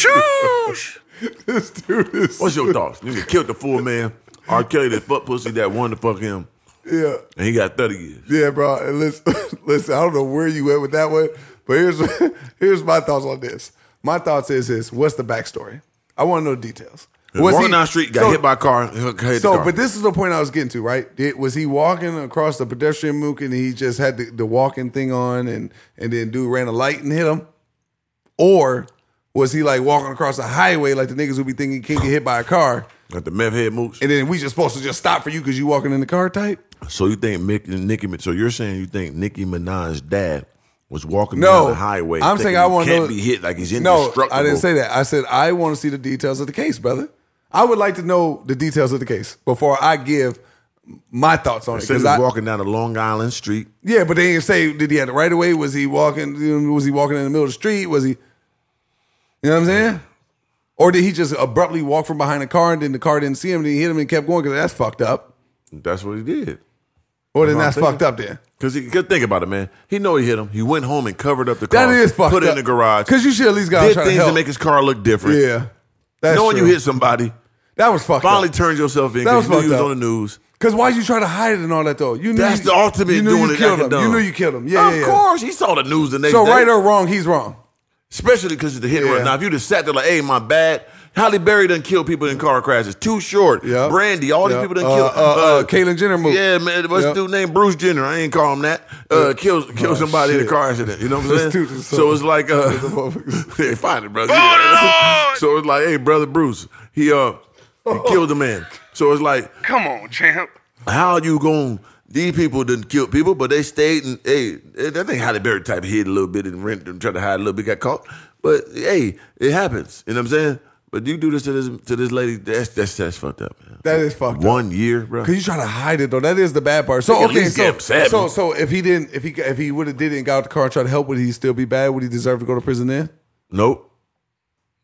S4: Choosh.
S2: This dude is.
S1: What's your thoughts? You killed the fool man. R. Kelly, that fuck pussy that wanted to fuck him,
S2: Yeah.
S1: and he got thirty years.
S2: Yeah, bro. And listen, listen, I don't know where you went with that one, but here's here's my thoughts on this. My thoughts is this: What's the backstory? I want to know details. Was
S1: Walking
S2: he-
S1: down the street, got
S2: so-
S1: hit by a car. Hit the
S2: So,
S1: car.
S2: but this is the point I was getting to, right? Did, was he walking across the pedestrian mook and he just had the, the walking thing on, and and then dude ran a light and hit him, or was he like walking across the highway like the niggas would be thinking can't get hit by a car,
S1: got the meth head mooks.
S2: and then we just supposed to just stop for you because you walking in the car type?
S1: So you think Mick, Nicki? So you're saying you think Nicki Minaj's dad was walking
S2: No,
S1: down the highway?
S2: I'm
S1: thinking
S2: saying I
S1: he
S2: want
S1: can't
S2: to
S1: be hit like he's
S2: No,
S1: indestructible.
S2: I didn't say that. I said I want to see the details of the case, brother. I would like to know the details of the case before I give my thoughts on it.
S1: Said he
S2: 'cause
S1: was
S2: I-
S1: walking down a Long Island street.
S2: yeah, but they didn't say did he have the right of way? Was he walking? you know, Was he walking in the middle of the street? Was he? You know what I'm saying? Or did he just abruptly walk from behind a car and then the car didn't see him and he hit him and kept going? Because that's fucked up.
S1: That's what he did.
S2: Or
S1: what
S2: then
S1: I'm
S2: that's
S1: thinking.
S2: fucked up then.
S1: Cause he could think about it, man. He know he hit him. He went home and covered up the car.
S2: That is fucked
S1: Put it
S2: up.
S1: in the garage.
S2: Because you should at least got
S1: did
S2: to try
S1: things
S2: to
S1: to,
S2: help.
S1: make his car look different.
S2: yeah. That's
S1: knowing
S2: true.
S1: you hit somebody,
S2: That was fucked
S1: finally
S2: up.
S1: turned yourself in
S2: That
S1: because
S2: was
S1: you knew you
S2: fucked
S1: was
S2: up.
S1: on the news.
S2: Because why you try to hide it and all that though? You knew
S1: That's
S2: you-
S1: the ultimate
S2: You knew
S1: doing
S2: you
S1: it
S2: killed
S1: acting
S2: him.
S1: dumb.
S2: You knew you killed him. Yeah,
S1: of
S2: yeah, yeah.
S1: course, he saw the news the next
S2: So
S1: day.
S2: right or wrong, he's wrong.
S1: especially because of the hit and run.
S2: Yeah.
S1: Now, if you just sat there like, "Hey, my bad," Halle Berry done killed people in car crashes. Too short.
S2: Yep.
S1: Brandy, all
S2: Yep.
S1: these people done
S2: Uh,
S1: killed.
S2: uh, uh, Caitlyn Jenner moved.
S1: Yeah, man. What's
S2: Yep.
S1: the
S2: Oh,
S1: dude named Bruce Jenner? I ain't call him that. Uh, killed killed somebody in a
S2: shit.
S1: car accident. You know what
S2: This
S1: I'm saying?
S2: dude is so-
S1: So it's like, uh, hey, find it, brother.
S4: Lord!
S1: so it's like, hey, brother Bruce, he uh, he killed a man. So it's like,
S4: Come on, champ.
S1: how you going these people didn't kill people, but they stayed and hey, eh, I think Halle Berry type hid a little bit and rent and tried to hide a little bit, got caught. But hey, it happens. You know what I'm saying? But you do this to this to this lady, that's that's that's fucked up, man.
S2: That is fucked up.
S1: One year, bro.
S2: Cause you try to hide it though. That is the bad part. So
S1: They at
S2: okay,
S1: least
S2: so,
S1: get upset.
S2: so so if he didn't, if he if he would have didn't got out the car and tried to help, would he still be bad? Would he deserve to go to prison then?
S1: Nope.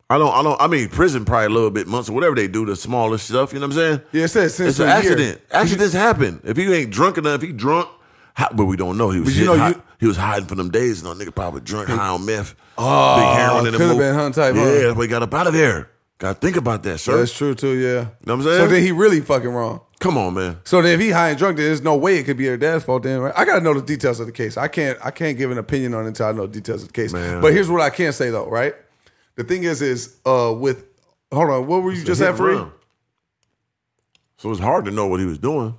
S1: I don't. I don't. I mean, prison probably a little bit months or whatever they do the smallest stuff. You know what I'm saying?
S2: Yeah, it says since
S1: it's an
S2: a year.
S1: accident. Accidents happen. If you ain't drunk enough, he drunk. How, but we don't know. He was.
S2: But you
S1: hitting
S2: know,
S1: hi-
S2: you-
S1: he was hiding for them days. No nigga probably drunk, high on meth. Oh, big heroin in the
S2: could've
S1: mo-
S2: been hunting type, huh?
S1: Yeah, that's why he got up out of there. Got to think about that, sir.
S2: That's true too. Yeah,
S1: Know what I'm saying?
S2: So then he really fucking wrong.
S1: Come on, man.
S2: So then if he high and drunk, then there's no way it could be her dad's fault. Then right? I gotta know the details of the case. I can't I can't give an opinion on it until I know the details of the case.
S1: Man.
S2: But here's what I can say though. Right, the thing is is uh with hold on, what were you just
S1: Hit
S2: at
S1: and
S2: free?
S1: run. So it's hard to know what he was doing.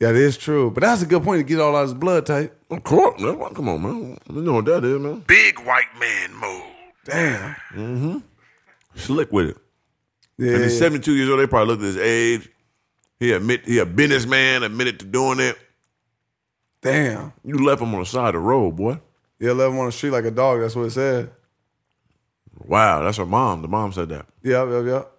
S2: Yeah, that is true. But that's a good point to get all out his blood type.
S1: Of course, man. Come on, man. You know what that is, man.
S4: Big white man mode.
S2: Damn.
S1: Slick with it.
S2: Yeah.
S1: If he's 72 years old, they probably looked at his age. He admit he a businessman, admitted to doing it.
S2: Damn.
S1: You left him on the side of the road, boy.
S2: Yeah, left him on the street like a dog. That's what it said.
S1: Wow, that's her mom. The mom said that.
S2: Yep, yep, yep.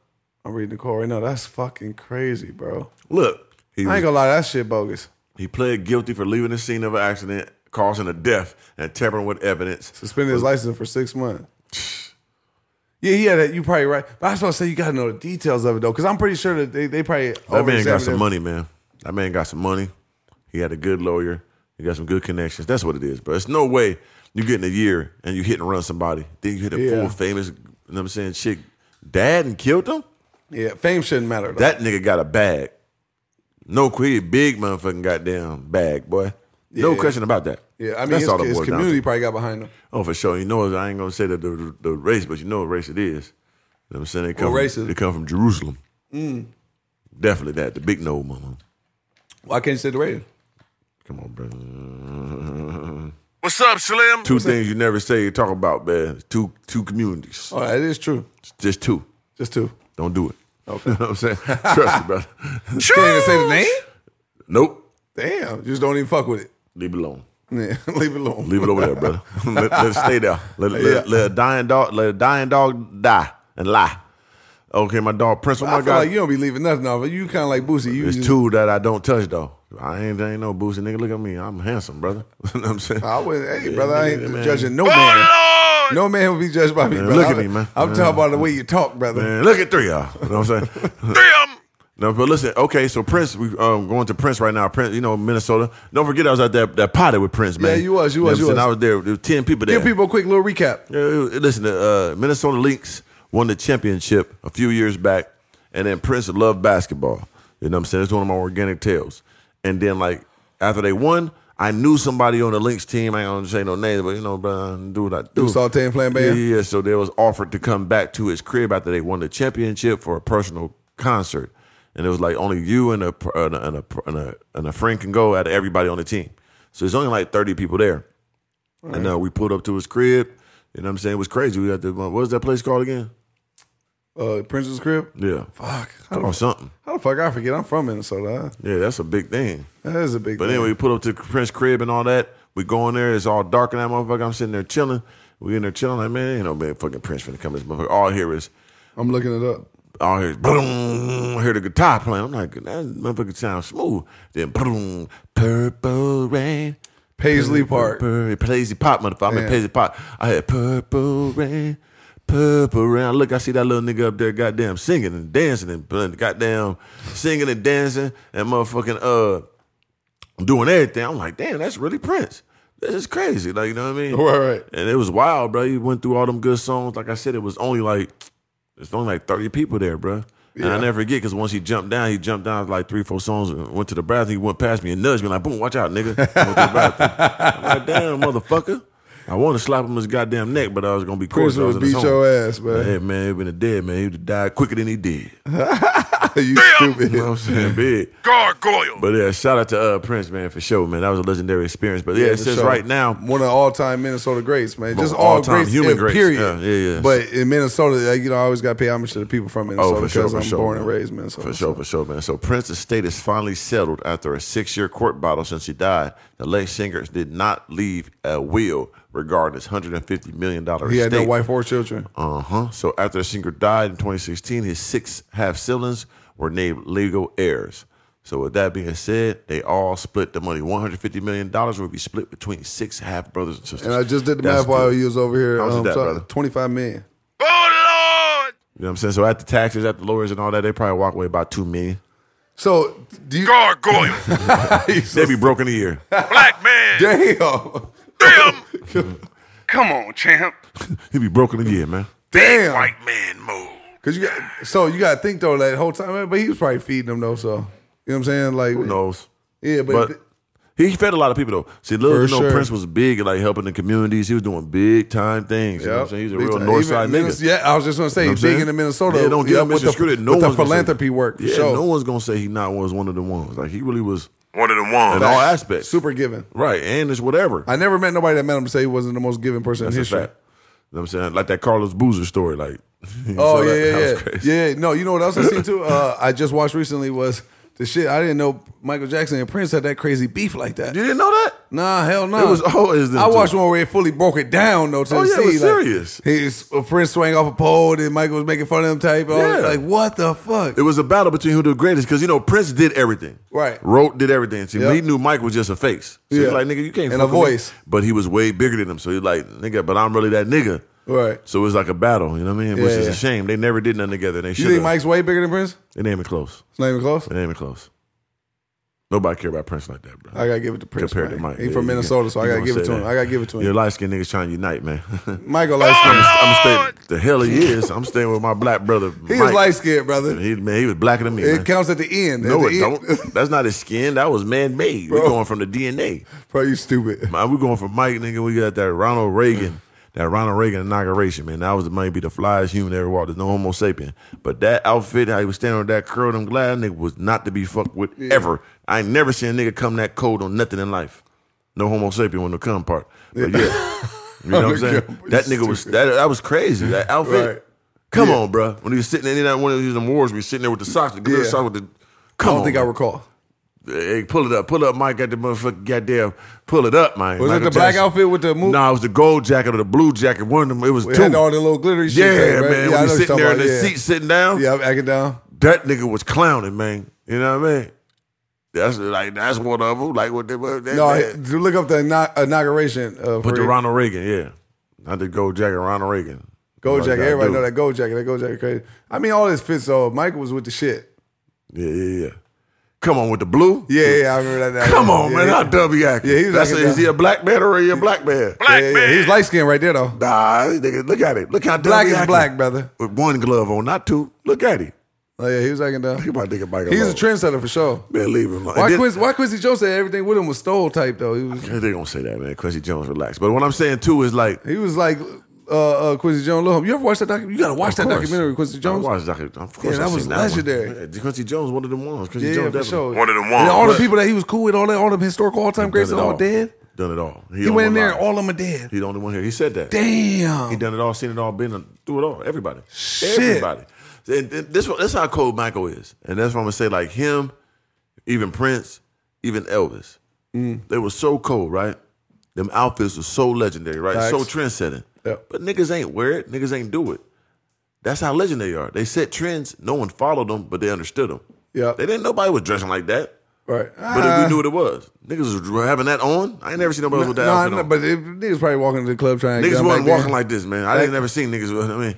S2: I'm reading the call right now. That's fucking crazy, bro.
S1: Look, he,
S2: I ain't gonna lie, that shit bogus.
S1: he pled guilty for leaving the scene of an accident, causing a death, and tampering with evidence.
S2: Suspended his license for six months. Yeah, yeah, that you probably right. But I was supposed to say you gotta know the details of it though, because I'm pretty sure that they, they probably
S1: That man got some
S2: over-examined
S1: money, man. That man got some money. He had a good lawyer. He got some good connections. That's what it is. But it's no way you're getting a year and you hit and run somebody. Then you hit a
S2: Yeah.
S1: full famous, you know what I'm saying, chick dad and killed him?
S2: it. Yeah, fame shouldn't matter though.
S1: That nigga got a bag. No quid, big motherfucking goddamn bag, boy. No
S2: Yeah.
S1: question about that.
S2: yeah, I mean
S1: that's
S2: his,
S1: all the
S2: his
S1: boy
S2: community probably got behind him.
S1: Oh, for sure. You know, I ain't gonna say that the the race, but you know what race it is. You know what I'm saying? They come,
S2: What race
S1: from,
S2: is it? Mm.
S1: they come from Jerusalem. Definitely that. The big no mama.
S2: Why can't you say the rating?
S1: Come on, bro.
S4: What's up, Slim?
S1: Two things you never say you talk about, man. Two two communities.
S2: Oh, that is true.
S1: Just two.
S2: Just two.
S1: Don't do it. Okay. you know what I'm saying? Trust me, brother.
S2: Can't even say the name?
S1: Nope.
S2: Damn. Just don't even fuck with it.
S1: Leave it alone.
S2: Yeah, leave it alone.
S1: Leave it over there, brother. let, let it stay there. Let, let,
S2: Yeah.
S1: let a dying dog, let a dying dog die and lie. Okay, my dog Prince. Oh
S2: I
S1: my
S2: feel
S1: God,
S2: like you don't be leaving nothing off. You kind of like Boosie. You
S1: it's
S2: just,
S1: two that I don't touch though. I ain't, I ain't no boozy nigga. Look at me, I'm handsome, brother. you know what I'm saying?
S2: I was, hey, brother, I ain't
S1: man.
S2: judging no man.
S4: Oh, Lord!
S2: No man will be judged by me,
S1: Man,
S2: brother.
S1: look at
S2: I-
S1: me, man.
S2: I'm
S1: Man.
S2: talking about the way you talk, brother.
S1: Man, look at three of y'all. You know what I'm saying?
S4: Them.
S1: no, but listen. Okay, so Prince, we um going to Prince right now. Prince, you know Minnesota. Don't forget, I was at that that potty with Prince, man.
S2: you was, you
S1: know
S2: was,
S1: what
S2: you
S1: I'm saying?
S2: was.
S1: I was there. There were ten people there.
S2: Give people a quick little recap.
S1: Yeah, it- it- listen, uh, Minnesota Lynx won the championship a few years back, and then Prince loved basketball. You know what I'm saying? It's one of my organic tales. And then, like, after they won, I knew somebody on the Lynx team. I ain't gonna say no names, but you know, bro, I do what I do.
S2: saute and flambe?
S1: Yeah, yeah, yeah. So they was offered to come back to his crib after they won the championship for a personal concert, and it was like only you and a and a, and a, and a, and a friend can go out of everybody on the team. So there's only like 30 people there. And uh, we pulled up to his crib. You know what I'm saying? It was crazy. We got the what was that place called again?
S2: Uh, Prince's crib.
S1: Yeah,
S2: Fuck. How the,
S1: or something.
S2: how the fuck I forget? I'm from Minnesota.
S1: Yeah, that's a big thing.
S2: Huh? That is a big.
S1: But
S2: thing.
S1: anyway, we pull up to Prince crib and all that. We go in there. It's all dark in that motherfucker. I'm sitting there chilling. We in there chilling. Like man, you know, man, fucking Prince finna come. This motherfucker. All I hear is
S2: I'm looking it up.
S1: all here, boom, I hear the guitar playing. I'm like, that motherfucker sounds smooth. Then, boom, purple rain.
S2: Paisley Park.
S1: Purple, Paisley Pop, motherfucker. I'm in
S2: Yeah.
S1: Paisley Pop. I had purple rain, purple rain. I look, I see that little nigga up there, goddamn, singing and dancing and goddamn, singing and dancing and motherfucking, uh, doing everything. I'm like, damn, that's really Prince. This is crazy. Like, you know what I mean?
S2: Right, right.
S1: And it was wild, bro. He went through all them good songs. Like I said, it was only like it's only like 30 people there, bro. And I never forget because once he jumped down, he jumped down like three, four songs and went to the bathroom. He went past me and nudged me like, boom, watch out, nigga. I went to the bathroom. I'm like, damn, motherfucker. I wanted to slap him in his goddamn neck, but I was gonna be
S2: Chris
S1: cautious. I was
S2: would
S1: in his
S2: beat
S1: home.
S2: your ass, man.
S1: Hey man, he would have dead, man. He would have died quicker than he did.
S2: you
S1: You know
S2: stupid.
S1: what I'm saying? Big.
S4: Gargoyle.
S1: But yeah, shout out to uh, Prince, man, for sure, man. That was a legendary experience. But yeah, it
S2: for
S1: says
S2: sure.
S1: right now,
S2: one of the all-time Minnesota greats, man. Just all,
S1: all-time
S2: greats,
S1: human
S2: human
S1: greats.
S2: period.
S1: Yeah, yeah, yeah.
S2: But in Minnesota, like, you know, I always got to pay homage to the people from
S1: Oh,
S2: Minnesota
S1: for
S2: because
S1: sure, for
S2: I'm
S1: sure,
S2: born and
S1: man.
S2: raised in Minnesota.
S1: for sure, for sure, man. So Prince's estate is finally settled after a six-year court battle since he died. The late singer did not leave a will regarding his 150 million dollar
S2: He had
S1: estate.
S2: no wife or children.
S1: Uh huh. So after the singer died in 2016, his six half siblings were named legal heirs. So with that being said, they all split the money. 150 million dollars will be split between six half brothers and sisters.
S2: And I just did the
S1: That's
S2: math while
S1: good.
S2: he was over here.
S1: How much is
S2: Um,
S1: that,
S2: so-
S1: brother?
S2: 25 million.
S4: Oh, Lord.
S1: You know what I'm saying? So after taxes, after lawyers and all that, they probably walk away about two million.
S2: So, do you
S4: Gargoyle.
S1: They be broken a year.
S4: Black man.
S2: Damn.
S4: Damn. Come on, champ.
S1: He be broken a year, man.
S4: Big
S2: Damn.
S4: white man move.
S2: Cause you got so you gotta think though that whole time, but he was probably feeding them though, so you know what I'm saying? Like
S1: Who knows?
S2: Yeah, but,
S1: But he fed a lot of people though. See, little
S2: For
S1: you know,
S2: sure.
S1: Prince was big at like helping the communities. He was doing big time things. You know what I'm
S2: Yep.
S1: saying? He's a
S2: Big
S1: real
S2: time.
S1: north
S2: Even
S1: side
S2: Minnes-
S1: nigga.
S2: Yeah, I was just gonna say
S1: You know what
S2: he's
S1: I'm
S2: big
S1: saying?
S2: in Minnesota.
S1: Yeah, don't
S2: you
S1: get
S2: know,
S1: up
S2: with
S1: with
S2: the,
S1: your
S2: with
S1: No
S2: the
S1: one's gonna say-
S2: philanthropy work. For
S1: Yeah,
S2: sure.
S1: no one's gonna say he not was one of the ones. Like he really was
S4: One of the
S1: in
S4: ones.
S1: all aspects.
S2: super giving.
S1: right, and it's whatever.
S2: I never met nobody that met him to say he wasn't the most giving person
S1: That's
S2: in
S1: a
S2: history.
S1: fact. You know what I'm saying? Like that Carlos Boozer story. Like, you
S2: Oh
S1: saw
S2: yeah,
S1: that?
S2: yeah,
S1: That was
S2: yeah.
S1: crazy.
S2: yeah. yeah. No, you know what else I seen too? Uh, I just watched recently was the shit. I didn't know Michael Jackson and Prince had that crazy beef like that.
S1: You didn't know that?
S2: Nah, hell no.
S1: It was always them
S2: I
S1: two.
S2: watched one where it fully broke it down though. To
S1: Oh, yeah, it
S2: see,
S1: was
S2: like,
S1: serious.
S2: His uh, Prince swang off a pole, and Michael was making fun of him. Type, all
S1: Yeah.
S2: like what the fuck?
S1: It was a battle between who the greatest, because you know Prince did everything,
S2: Right.
S1: Wrote did everything. So
S2: Yep.
S1: he knew Mike was just a face. So he's
S2: Yeah.
S1: like, nigga, you can't.
S2: And
S1: fuck
S2: a
S1: with me.
S2: voice.
S1: but he was way bigger than him. So he's like, nigga, but I'm really that nigga.
S2: right.
S1: So it's like a battle, you know what I mean? Which
S2: Yeah,
S1: is
S2: yeah.
S1: a shame. They never did nothing together. They
S2: You
S1: should.
S2: think Mike's way bigger than Prince?
S1: It ain't even close.
S2: It's not even close.
S1: It ain't even close. Nobody care about Prince like that, bro.
S2: I gotta give it to Prince.
S1: Compared
S2: man.
S1: to Mike,
S2: He
S1: yeah,
S2: from
S1: you
S2: Minnesota, so I
S1: you
S2: gotta
S1: gonna
S2: give it
S1: say
S2: to him.
S1: that.
S2: I gotta give it to
S1: Your
S2: him.
S1: light skinned niggas trying to unite, man.
S2: Michael light skinned.
S1: I'm staying. The hell he is. I'm staying with my black brother.
S2: He
S1: Mike.
S2: is light skinned, brother.
S1: He man, he was blacker than me. man.
S2: It counts at the end.
S1: No,
S2: At
S1: it
S2: the end-
S1: don't. That's not his skin. That was man made. We're
S2: Bro.
S1: going from the DNA.
S2: Bro, you stupid.
S1: Man, we're going from Mike, nigga. We got that Ronald Reagan, that Ronald Reagan inauguration, man. That was maybe the flyest human ever walked. There's no Homo sapien. But that outfit, how he was standing with that curl, and I'm glad that nigga was not to be fucked with ever. I ain't never seen a nigga come that cold on nothing in life. No Homo sapien on the cum part. But yeah. You know what I'm saying?
S2: Yeah,
S1: That nigga was that, that was crazy. That outfit.
S2: Right.
S1: Come on, bro. When he was sitting in any of that one of these awards, we were sitting there with the socks, the good
S2: Yeah.
S1: socks with the.
S2: I
S1: Come
S2: don't
S1: on,
S2: think I
S1: bro.
S2: recall.
S1: Hey, pull it up, pull up, Mike. Got the motherfucking goddamn, pull it up, man.
S2: Was it
S1: Michael
S2: the black
S1: Jackson.
S2: outfit with the
S1: No,
S2: move?
S1: nah, it was the gold jacket or the blue jacket. One of them, it was
S2: It
S1: two.
S2: had all the little glittery shit.
S1: yeah,
S2: thing,
S1: man.
S2: right? Yeah, I
S1: when
S2: know
S1: he's
S2: what
S1: sitting
S2: you're
S1: there in
S2: talking
S1: the
S2: about,
S1: seat, sitting down,
S2: Yeah, I'm acting down.
S1: that nigga was clowning, man. You know what I mean? That's like that's one of them. Like what they were.
S2: No, I- to look up the ina- inauguration. Uh,
S1: but the
S2: parade.
S1: Ronald Reagan, yeah, not the gold jacket, Ronald Reagan.
S2: gold
S1: Like
S2: jacket.
S1: I
S2: Everybody
S1: do.
S2: know that gold jacket. That gold jacket crazy. I mean, all this fits though. Michael was with the shit.
S1: Yeah, yeah, yeah. Come on with the blue.
S2: Yeah, yeah, I remember that.
S1: Come
S2: Yeah,
S1: on, man.
S2: yeah.
S1: How dumb he acting?
S2: Yeah, he was
S1: That's
S2: acting
S1: a, is
S2: dumb.
S1: he a black man or is he a black man?
S2: Yeah,
S4: Black
S2: yeah,
S4: man.
S2: He's light skinned right there though.
S1: Nah, this nigga, look at it. Look how dumb
S2: Black
S1: he
S2: is
S1: acting.
S2: black, brother.
S1: with one glove on, not two. Look at him.
S2: Oh yeah, he was acting down.
S1: Look at my nigga Mike.
S2: He's a
S1: alone.
S2: trendsetter for sure.
S1: Man, leave him. alone.
S2: Why,
S1: And then-
S2: Quincy, why Quincy Jones said everything with him was stole type though? He was,
S1: They don't say that, man. Quincy Jones, relax. But what I'm saying too is like,
S2: he was like uh, uh, Quincy Jones. Look, you ever watch that documentary? You gotta watch that
S1: of course.
S2: documentary, Quincy Jones.
S1: I watched that. Of course,
S2: Yeah, that
S1: I've
S2: was
S1: seen one.
S2: legendary.
S1: Yeah, Quincy Jones, one of them ones. Quincy
S2: Yeah,
S1: Jones,
S2: for
S1: definitely.
S2: sure.
S4: One of the ones.
S2: And all the people that he was cool with, all that, all the historical all time
S1: Done
S2: greats,
S1: it
S2: are all dead.
S1: Done it all.
S2: He went in
S1: one
S2: there,
S1: line.
S2: and all of them are dead.
S1: He the only one here. He said that. He
S2: Damn.
S1: done it all, seen it all, been a- through it all. Everybody,
S2: Shit.
S1: everybody. And and this that's how cold Michael is, and that's what I'm gonna say. Like him, even Prince, even Elvis,
S2: Mm.
S1: they were so cold, right? Them outfits were so legendary, right?
S2: Facts.
S1: So trendsetting.
S2: Yep.
S1: But niggas ain't wear it. Niggas ain't do it. That's how legendary they are. They set trends. No one followed them, but they understood them.
S2: Yep.
S1: They didn't. Nobody was dressing like that.
S2: Right. Ah,
S1: But if we knew what it was, niggas was having that on. I ain't never seen nobody else with that outfit on.
S2: but it, niggas probably walking to the club trying to
S1: Niggas
S2: get
S1: wasn't
S2: back
S1: walking
S2: in.
S1: like this, man. I ain't never seen niggas. I mean,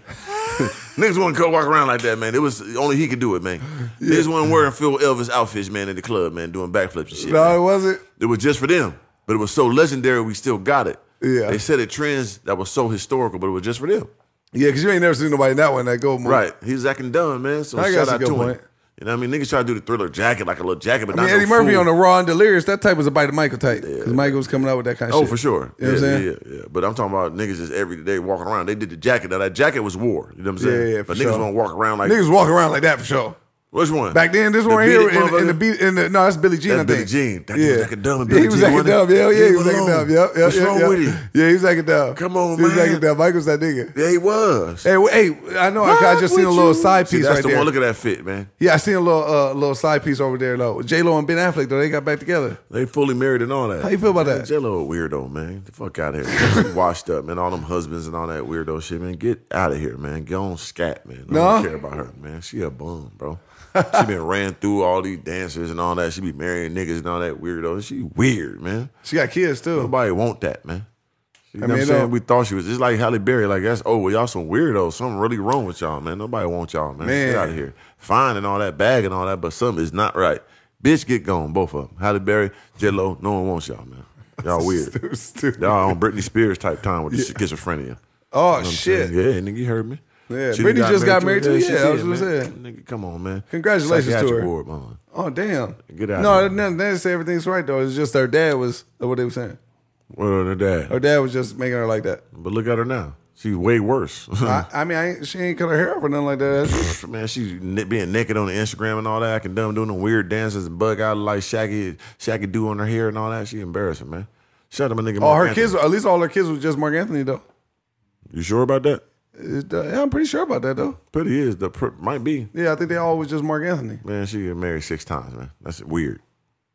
S1: Niggas wouldn't co- walk around like that, man. It was only he could do it, man. Niggas wasn't wearing Phil Elvis outfits, man, in the club, man, doing backflips and shit.
S2: No,
S1: man.
S2: it wasn't.
S1: It was just for them, but it was so legendary we still got it.
S2: Yeah.
S1: They said it trends that was so historical, but it was just for them.
S2: Yeah, because you ain't never seen nobody in that one that gold one.
S1: Right. He's acting dumb, man. So
S2: I guess
S1: shout
S2: that's a
S1: out
S2: good
S1: to
S2: point.
S1: him. You know what I mean? Niggas try to do the thriller jacket like a little jacket, but
S2: I mean,
S1: not
S2: Eddie
S1: no
S2: Murphy
S1: fool.
S2: on the Raw and Delirious, that type was a bite of Michael type. Because Michael was coming out with that kind of
S1: Oh,
S2: shit.
S1: for sure.
S2: You know what I'm
S1: yeah,
S2: saying?
S1: yeah, yeah, yeah. But I'm talking about niggas just every day walking around. They did the jacket. Now that jacket was war. You know what I'm saying?
S2: Yeah, yeah, for
S1: but
S2: sure.
S1: niggas won't walk around like
S2: Niggas walk around like that for sure.
S1: which one?
S2: Back then, this
S1: The
S2: one right here
S1: beaded
S2: in, in the
S1: motherfucker?
S2: beat. In the, no, that's Billy Jean.
S1: That's
S2: I think.
S1: Billy Jean. That dude was acting dumb in Billy
S2: yeah, he was
S1: Jean,
S2: acting
S1: wasn't
S2: dumb.
S1: he?
S2: Yeah, yeah,
S1: Leave
S2: he
S1: him
S2: was acting
S1: alone.
S2: dumb. Yep, yep,
S1: What's
S2: yep,
S1: wrong
S2: yep.
S1: with him?
S2: Yeah, he was acting dumb.
S1: Come on,
S2: he was
S1: man.
S2: acting dumb. Michael's that nigga.
S1: Yeah, he was.
S2: Hey, w- hey, I know. I, I
S1: Rock
S2: just seen a
S1: with
S2: little
S1: you.
S2: side
S1: See,
S2: piece
S1: that's
S2: right
S1: the
S2: there.
S1: one. Look at that fit, man.
S2: yeah, I seen a little, uh, little side piece over there though. J Lo and Ben Affleck though, they got back together.
S1: They fully married and all that.
S2: How you feel about that?
S1: J Lo a weirdo, man. Get the fuck out of here. She washed up, man. All them husbands and all that weirdo shit, man. Get out of here, man. Go on scat, man. I
S2: No?
S1: don't care about her, man. She a bum, bro. she been ran through all these dancers and all that. She be marrying niggas and all that weirdo. She weird, man.
S2: She got kids too.
S1: Nobody want that, man. You know
S2: mean,
S1: what I'm
S2: it don't-
S1: saying? We thought she was just like Halle Berry. Like, that's, oh, well, y'all some weirdos. Something really wrong with y'all, man. Nobody want y'all, man.
S2: Man.
S1: Get out of here. Fine and all that, bag and all that, but something is not right. Bitch, get gone, both of them. Halle Berry, J-Lo, no one wants y'all, man. Y'all weird.
S2: Stupid.
S1: y'all on Britney Spears type time with this schizophrenia. You
S2: Oh
S1: know what I'm
S2: shit.
S1: saying? Yeah, nigga, you heard me.
S2: Yeah,
S1: She
S2: Britney just got married too.
S1: she
S2: Yeah, I
S1: did,
S2: was gonna
S1: man.
S2: say.
S1: Nigga, come on, man.
S2: Congratulations to
S1: Psychiatric
S2: her.
S1: Ward, man.
S2: Oh damn.
S1: Get out
S2: No,
S1: of here.
S2: no, they didn't say everything's right though. It's just her dad was uh, what they were saying.
S1: Well, her
S2: Her
S1: dad.
S2: dad was just making her like that.
S1: But look at her now. She's way worse.
S2: I, I mean, I ain't, she ain't cut her hair off or nothing like that.
S1: Man, she n- being naked on the Instagram and all that, acting dumb, doing them weird dances and bug out like Shaggy, Shaggy do on her hair and all that. She embarrassing, man. Shout out to my nigga.
S2: All
S1: Mark
S2: Oh, her
S1: Anthony.
S2: kids, at least all her kids, was just Mark Anthony though.
S1: You sure about that?
S2: It- uh, yeah, I'm pretty sure about that though.
S1: Pretty is the pr- might be.
S2: Yeah, I think they all was just Mark Anthony.
S1: Man, she been married six times, man. That's weird.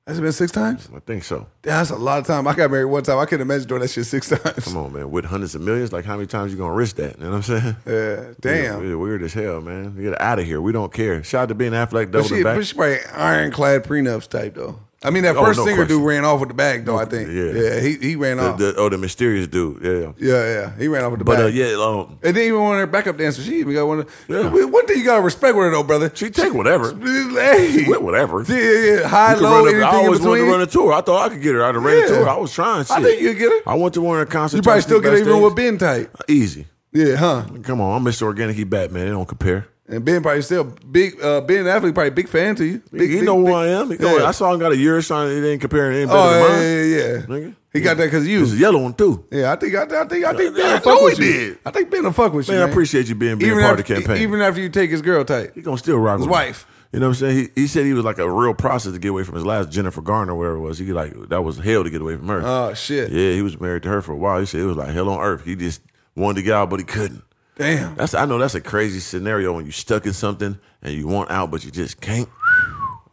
S2: That's been six times.
S1: I think so.
S2: That's a lot of time. I got married one time. I couldn't imagine doing that shit six times.
S1: Come on, man. With hundreds of millions, like how many times you gonna risk that? You know what I'm saying?
S2: Yeah, damn.
S1: Weird, weird as hell, man. Get out of here. We don't care. Shout out to Ben Affleck
S2: But
S1: double
S2: she,
S1: the back.
S2: but she probably ironclad prenups type though. I mean, that
S1: Oh,
S2: first
S1: no
S2: singer dude
S1: question.
S2: ran off with the bag though. I think.
S1: yeah.
S2: yeah, he he ran
S1: The-
S2: off.
S1: the- oh, the mysterious dude. Yeah.
S2: yeah, yeah, he ran off with the
S1: But
S2: bag.
S1: uh, yeah, um,
S2: And then even one of her backup dancers, she even got one. Of,
S1: Yeah.
S2: One thing you gotta respect with her though, brother.
S1: she take whatever.
S2: hey,
S1: With whatever.
S2: Yeah, yeah, yeah. High,
S1: You could
S2: low,
S1: run
S2: anything
S1: up- I always
S2: in
S1: wanted
S2: between.
S1: to run a tour. I thought I could get her. I'd have ran a
S2: Yeah.
S1: tour. I was trying. Shit.
S2: I think you could get her.
S1: I went to one of her concerts.
S2: You probably still get her even with
S1: Ben.
S2: Ben tight.
S1: Easy.
S2: Yeah, huh?
S1: Come on, I'm Mr. Organic He Batman. It don't compare.
S2: And Ben probably still big. Uh, ben athlete probably big fan to you. Big,
S1: he
S2: big,
S1: know who
S2: big-
S1: I am. He know,
S2: Yeah.
S1: I saw him got a year sign. It ain't comparing any better
S2: Oh
S1: than
S2: yeah,
S1: mine.
S2: yeah, yeah.
S1: Nigga.
S2: He got that because you.
S1: It's a yellow one too.
S2: Yeah, I think I, I think I think Ben
S1: I
S2: will fuck
S1: know
S2: with
S1: he
S2: you.
S1: did.
S2: I think Ben will fuck with
S1: Man,
S2: you.
S1: I appreciate you being being
S2: even
S1: part
S2: after,
S1: of the campaign.
S2: Even after you take his girl tight.
S1: he gonna still rock
S2: His
S1: with me.
S2: wife.
S1: You know what I'm saying? He, he said he was like a real process to get away from his last Jennifer Garner, wherever it was. He like that was hell to get away from her.
S2: Oh shit!
S1: yeah, he was married to her for a while. He said it was like hell on earth. He just wanted to get out, but he couldn't.
S2: Damn.
S1: That's I know that's a crazy scenario when you stuck in something and you want out, but you just can't.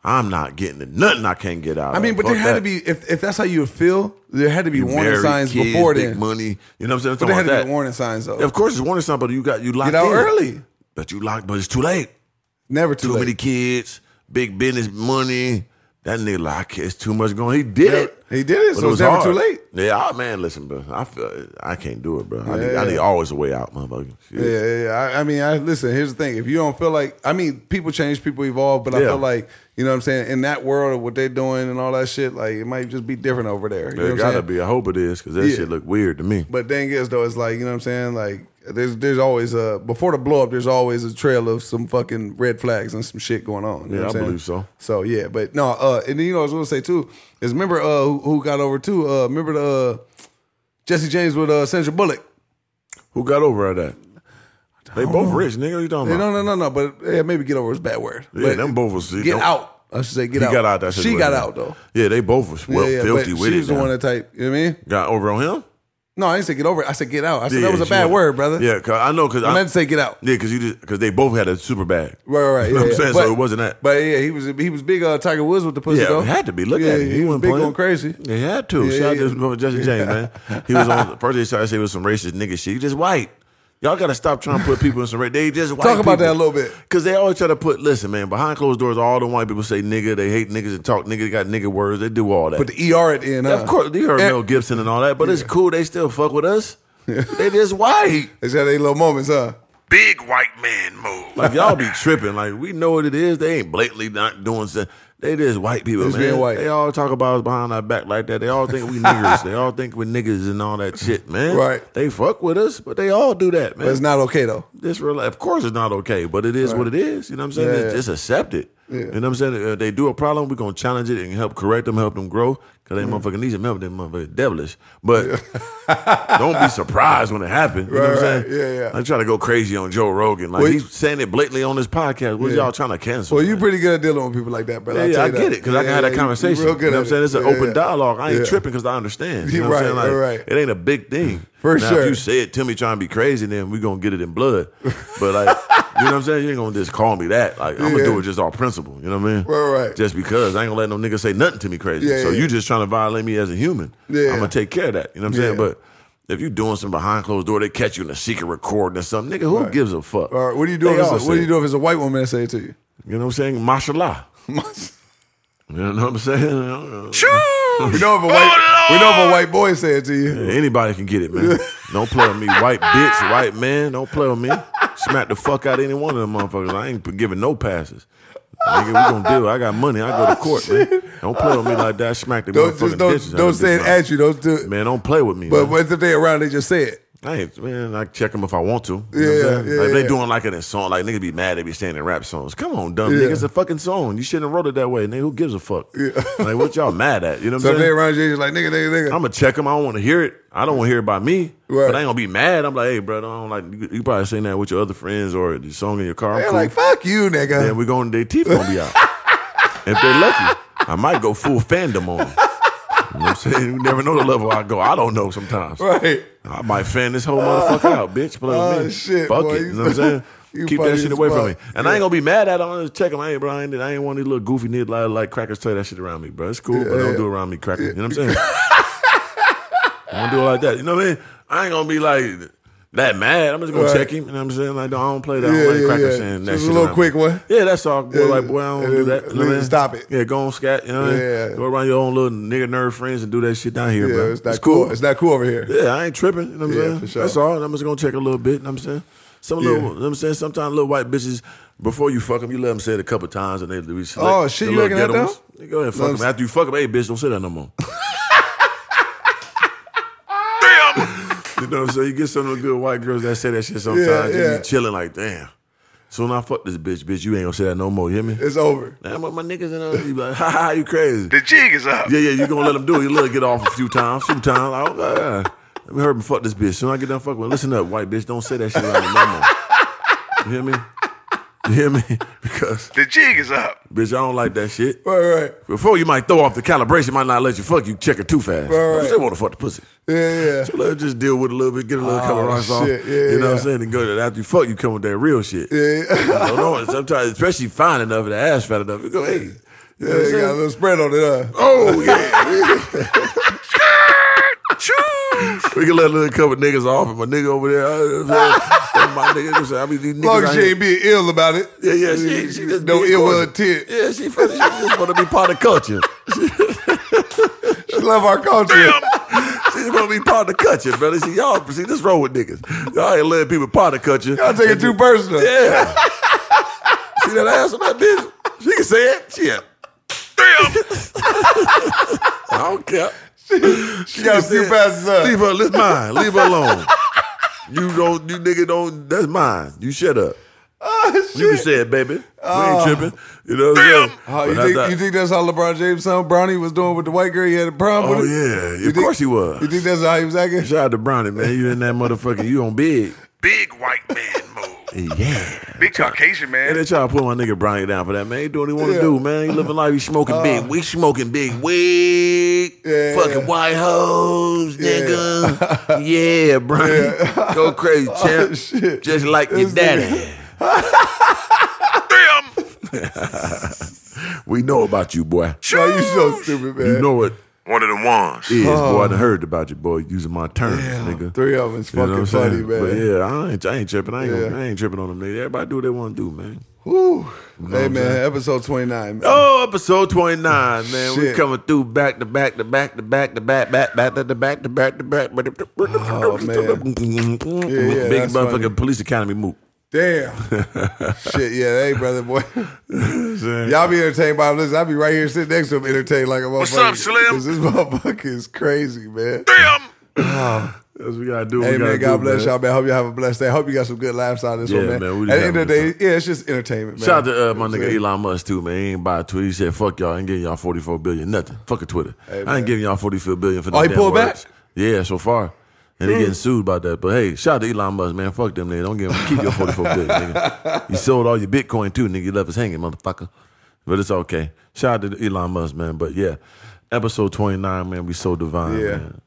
S1: I'm not getting to nothing I can't get out.
S2: I mean,
S1: of.
S2: but
S1: Fuck
S2: there had
S1: that.
S2: to be if, if that's how you feel, there had to be warning
S1: Married,
S2: signs
S1: kids,
S2: before
S1: big
S2: then.
S1: money. You know what I'm saying? I'm
S2: But there had
S1: talking
S2: to
S1: about
S2: be
S1: that.
S2: warning signs though.
S1: Of course, it's warning something, but you got you locked
S2: out
S1: in.
S2: early.
S1: But you locked, but it's too late.
S2: Never too,
S1: Too
S2: late.
S1: many kids, big business, money. That nigga like I can't- it's too much going. He did it.
S2: He did it,
S1: But
S2: so it's
S1: was
S2: never
S1: hard.
S2: too late.
S1: Yeah, I, man, listen, bro. I feel I can't do it, bro. I, need, I
S2: Yeah.
S1: need always a way out, motherfucker. Shit.
S2: Yeah, yeah, yeah. I, I mean, I listen. Here's the thing: if you don't feel like, I mean, people change, people evolve, but I
S1: Yeah.
S2: feel like, you know, what I'm saying, in that world of what they're doing and all that shit, like it might just be different over there. You know what
S1: It
S2: I'm
S1: gotta
S2: saying?
S1: be. I hope it is because that
S2: Yeah.
S1: shit look weird to me.
S2: But thing is, though, it's like you know what I'm saying. Like there's there's always a before the blow up, there's always a trail of some fucking red flags and some shit going on. You know
S1: Yeah,
S2: what I'm
S1: I
S2: saying?
S1: believe so.
S2: So yeah, but no, uh, and then, you know, I was gonna say too is remember uh who, who got over too? Uh, remember the uh, Jesse James with uh, Sandra Bullock.
S1: Who got over all that? They both rich, nigga. What you talking
S2: Yeah,
S1: about?
S2: no, no, no, no. But yeah, maybe get over is a bad word.
S1: Yeah,
S2: But
S1: them both was
S2: get out. I should say get
S1: He
S2: out.
S1: got out that.
S2: she
S1: situation.
S2: got out though.
S1: Yeah, they both was well
S2: yeah, yeah,
S1: filthy
S2: but
S1: with
S2: she
S1: it.
S2: was the
S1: now.
S2: one that type. You know what I mean?
S1: got over on him.
S2: No, I didn't say get over. it. I said get out. I said
S1: Yeah,
S2: that was a
S1: she
S2: bad
S1: was-
S2: word, brother.
S1: Yeah, cause I know because
S2: I meant to say get out.
S1: Yeah, because you just because they both had a super bag.
S2: Right, right, right.
S1: You know what
S2: yeah,
S1: I'm saying?
S2: yeah.
S1: So it wasn't that.
S2: But yeah, he was he was big uh, Tiger Woods with the pussy
S1: yeah,
S2: though.
S1: it had to be. Look
S2: yeah,
S1: at him.
S2: He, was
S1: wasn't
S2: big
S1: playing.
S2: going crazy.
S1: He had to.
S2: Yeah,
S1: Shout out
S2: yeah.
S1: to this motherfucker, Jesse James, man. He was on first they tried to say it was some racist nigga shit. He just white. Y'all gotta stop trying to put people in some race. They just white
S2: Talk about
S1: people.
S2: that a little bit.
S1: Cause they always try to put listen, man, behind closed doors, all the white people say nigga, they hate niggas and talk nigga, they got nigga words, they do all that.
S2: But the ER at the end, huh?
S1: of course, you heard
S2: And-
S1: Mel Gibson and all that, but it's cool. They still fuck with us. they just white.
S2: They just had their little moments, huh?
S4: Big white man move.
S1: Like y'all be tripping. Like we know what it is. They ain't blatantly not doing. se- They just white people,
S2: Just
S1: man.
S2: being white.
S1: They all talk about us behind our back like that. They all think we niggers. They all think we niggas and all that shit, man.
S2: Right.
S1: They fuck with us, but they all do that, man.
S2: But it's not okay though.
S1: this real, of course, it's not okay, but it is what it is. You know what I'm saying?
S2: Yeah,
S1: It's
S2: yeah.
S1: Just accept it.
S2: Yeah.
S1: You know what I'm saying? If they do a problem, we're gonna challenge it and help correct them, help them grow. Cause they
S2: Mm-hmm.
S1: motherfucking need some help. They motherfucking devilish, but don't be surprised when it happens. You know what I'm
S2: Right,
S1: saying?
S2: right. Yeah, yeah.
S1: I try to go crazy on Joe Rogan. Like
S2: Well,
S1: he's saying it blatantly on this podcast. What
S2: Yeah.
S1: y'all trying to cancel?
S2: Well, you
S1: man?
S2: pretty good at dealing with people like that, bro.
S1: Yeah, yeah, I get it because I can have that conversation.
S2: Real good
S1: you know
S2: at
S1: what I'm saying?
S2: it.
S1: It's an
S2: Yeah,
S1: open
S2: yeah.
S1: dialogue. I ain't
S2: Yeah.
S1: tripping because I understand. You know
S2: Right,
S1: what I'm saying?
S2: right.
S1: Like, It ain't a big thing.
S2: For
S1: now,
S2: sure.
S1: If you say it to me trying to be crazy, then we're going to get it in blood. But, like, you know what I'm saying? You ain't going to just call me that. Like, I'm going
S2: Yeah.
S1: to do it just all principle. You know what I mean?
S2: Right, right.
S1: Just because I ain't going to let no nigga say nothing to me crazy.
S2: Yeah,
S1: so
S2: yeah.
S1: you just trying to violate me as a human.
S2: Yeah.
S1: I'm going to take care of that. You know what I'm saying?
S2: Yeah.
S1: But. If you doing some behind closed door, they catch you in a secret recording or something. Nigga, who gives a fuck?
S2: All right, what do you do? If
S1: They
S2: it's a,
S1: all
S2: what do
S1: say
S2: you
S1: it.
S2: do if it's a white woman that say it to you?
S1: You know what I'm saying? Mashallah. You know what I'm saying?
S4: Choo!
S2: We know if a white we know if a white boy say it to you.
S1: Yeah, Anybody can get it, man. Don't play with me, white bitch, white man. Don't play with me. Smack the fuck out of any one of them motherfuckers. I ain't giving no passes. Nigga, we gonna deal. I got money. I go to court, man. Don't play with me like that. Smack the
S2: Don't
S1: motherfucking
S2: just don't
S1: bitches. out
S2: don't
S1: of this
S2: say it
S1: mouth.
S2: at you. Don't do.
S1: Man, don't play with me.
S2: But
S1: But,
S2: once if they around, they just say it.
S1: I ain't, man, I check them if I want to. You
S2: Yeah,
S1: know what I'm saying?
S2: yeah,
S1: like, if they
S2: yeah.
S1: doing like it in song, like niggas be mad they be saying in rap songs. Come on, dumb
S2: Yeah.
S1: nigga. It's a fucking song. You shouldn't have wrote it that way, nigga. Who gives a fuck? Like, what y'all mad at? You know what
S2: So
S1: I'm
S2: if
S1: saying?
S2: they around you, they just like nigga, nigga, nigga.
S1: I'm gonna check him. I don't want to hear it. I don't want to hear it by me.
S2: Right.
S1: But I ain't gonna be mad. I'm like, hey, bro, I don't like you, you. Probably sing that with your other friends or the song in your car. I'm
S2: They're
S1: cool.
S2: like fuck you,
S1: Then
S2: nigga.
S1: we going. Their teeth gonna be out. if they lucky, I might go full fandom on 'em. You know what I'm saying? You never know the level I go. I don't know sometimes.
S2: Right.
S1: I might fan this whole motherfucker out, bitch. Play with
S2: oh,
S1: me.
S2: shit,
S1: Fuck
S2: boy.
S1: it. You know what I'm saying?
S2: You
S1: Keep
S2: funny
S1: that shit
S2: as
S1: away
S2: fuck.
S1: from me. And I ain't gonna be mad at him. I'm just checking. I ain't, bro, I ain't, I ain't one of these little goofy niggas like, like crackers tell that shit around me, bro. It's cool, but don't do it around me, crackers. You know what I'm saying? don't do it like that. You know what I mean? I ain't gonna be like that mad. I'm just gonna
S2: Right.
S1: check him. You know what I'm saying? Like, no, I don't play that. I
S2: Yeah,
S1: don't like
S2: yeah,
S1: crackers
S2: yeah.
S1: saying that
S2: Just
S1: shit
S2: a little
S1: around me.
S2: quick one.
S1: Yeah, that's all. Boy,
S2: Yeah,
S1: like, boy, I don't
S2: and
S1: do
S2: then
S1: that. You know what I mean?
S2: stop it.
S1: Yeah, go on, scat. You know what I mean?
S2: Yeah.
S1: Go around your own little nigga nerd friends and do that shit down here,
S2: Yeah,
S1: bro.
S2: it's not cool. It's not cool over here.
S1: Yeah, I ain't tripping. You know what I'm
S2: Yeah,
S1: saying?
S2: for sure.
S1: That's all. I'm just gonna check a little bit. You know what I'm saying? Some little, you know what I'm saying? Sometimes little white bitches, before you fuck them, you let them say it a couple times and they be select
S2: Oh, shit,
S1: the
S2: you
S1: little
S2: looking at
S1: ghetto
S2: them?
S1: ones. They Go ahead and fuck
S2: Them-
S1: them. After you fuck them, hey, bitch, don't say that no more.
S4: Damn!
S1: you know what I'm saying? You get some of the good white girls that say that shit sometimes.
S2: Yeah,
S1: You
S2: yeah.
S1: be chilling like, damn. Soon I fuck this bitch, bitch, you ain't gonna say that no more. You hear me?
S2: It's over.
S1: Damn, but my niggas and all. You be like, ha ha, you crazy.
S4: The jig is up.
S1: Yeah, yeah, you gonna let him do it. You let him get off a few times, few times. Like, oh, yeah. Let me heard him fuck this bitch. Soon I get done fucking with him, listen up, white bitch, don't say that shit around me no more. You hear me? You hear me? Because,
S4: The jig is up.
S1: bitch, I don't like that shit.
S2: Right, right.
S1: Before you might throw off the calibration, might not let you fuck you, check it too fast.
S2: Right,
S1: I
S2: right.
S1: still wanna fuck the pussy.
S2: Yeah, yeah.
S1: So let's just deal with it a little bit, get a little
S2: Oh,
S1: calibration off.
S2: shit. Yeah,
S1: you know what
S2: yeah.
S1: I'm saying? And go to after you fuck, you come with that real shit.
S2: Yeah,
S1: I don't know. Sometimes, especially fine enough, and the ass fat enough, you go, hey. You know what I'm
S2: yeah.
S1: saying?
S2: Got a little spread on it. Huh?
S1: Oh, yeah.
S4: Choo!
S1: We can let a little couple niggas off, and my nigga over there, I, my nigga, just, I mean, these
S2: As long
S1: niggas.
S2: as
S1: out
S2: she
S1: here-
S2: ain't being ill about it.
S1: yeah, yeah, she, she just
S2: no
S1: being
S2: ill will
S1: cordial.
S2: intent.
S1: Yeah, she, fuck- she just want to be part of culture.
S2: She love our culture.
S1: She just want to be part of the culture, brother. See, y'all, see, this wrong with niggas. Y'all ain't letting people part of culture.
S2: Y'all take it too personal.
S1: Yeah. see that ass on that bitch? She can say it. Shit.
S4: Damn!
S1: I don't care.
S2: She got a
S1: She
S2: few
S1: said,
S2: passes up.
S1: Leave her. That's mine. Leave her alone. You don't. You nigga don't. That's mine. You shut up.
S2: Oh, shit.
S1: You can say it, baby. we ain't tripping. You know what I'm saying?
S2: Oh, you,
S1: But I
S2: think,
S1: thought-
S2: you think that's how LeBron James' son Brownie was doing with the white girl he had a prom
S1: Oh
S2: with? her?
S1: yeah, of
S2: think-
S1: course he was.
S2: You think that's how he was acting?
S1: Shout out to Brownie, man. You in that motherfucker? You on big?
S4: Big white man move.
S1: Yeah.
S4: Big Caucasian
S1: And
S4: man.
S1: they try to put my nigga Brownie down for that, man. He doing what he want to
S2: Yeah. Uh-huh.
S1: do, man. He living life. He smoking big. We smoking big weed.
S2: Yeah,
S1: Fucking
S2: yeah.
S1: white hoes, nigga. Yeah, Brownie. Go crazy, champ.
S2: Oh, shit.
S1: Just like your
S2: This
S1: daddy.
S4: Damn!
S1: We know about you, boy.
S2: Bro, you so stupid, man.
S1: You know it
S4: One of the ones.
S1: is, boy. I done heard about you, boy. Using my terms, nigga.
S2: Three of them is
S1: You know what
S2: fucking
S1: I'm
S2: funny,
S1: saying? But
S2: man.
S1: yeah, I ain't, I ain't tripping. I ain't,
S2: Yeah.
S1: gonna, I ain't tripping on them. Nigga. Everybody do what they want to do, man.
S2: Woo. Hey,
S1: I'm
S2: man, episode 29, man.
S1: Oh, episode 29, man. We
S2: Shit.
S1: coming through back to back to back to back to back back back to the back to back to back. Oh,
S2: man. Yeah, yeah,
S1: Big
S2: that's
S1: motherfucking
S2: funny.
S1: police academy moot.
S2: Damn. Shit, yeah, hey, brother, boy.
S1: Saying,
S2: Y'all be entertained by him. Listen, I'll be right here sitting next to him, entertained like a motherfucker.
S4: What's up, Slim?
S2: 'Cause This motherfucker is crazy, man.
S4: Damn.
S1: That's what we gotta do.
S2: Hey
S1: we gotta
S2: man, God
S1: do,
S2: bless
S1: man.
S2: y'all, man. Hope you have a blessed day. Hope you got some good laughs out of this
S1: Yeah,
S2: one, man.
S1: man, we just
S2: At the end of the
S1: having
S2: day, yeah, it's just entertainment, man.
S1: Shout out to uh, my
S2: You know what I'm
S1: nigga
S2: saying?
S1: Elon Musk too, man. He ain't buy a tweet. He said, "Fuck y'all, I ain't giving y'all forty four billion nothing. Fuck a Twitter. I
S2: man.
S1: ain't giving y'all forty four billion for no
S2: Oh, he
S1: damn
S2: pulled back?
S1: words.
S2: Hmm.
S1: Yeah, so far, and he getting sued about that. But hey, shout out to Elon Musk, man. Fuck them, nigga. Don't give him keep your forty four billion. Nigga. You sold all your Bitcoin too, nigga. You left us hanging, motherfucker. But it's okay. Shout out to Elon Musk, man. But yeah, episode twenty nine, man. We so divine.
S2: Yeah.
S1: man.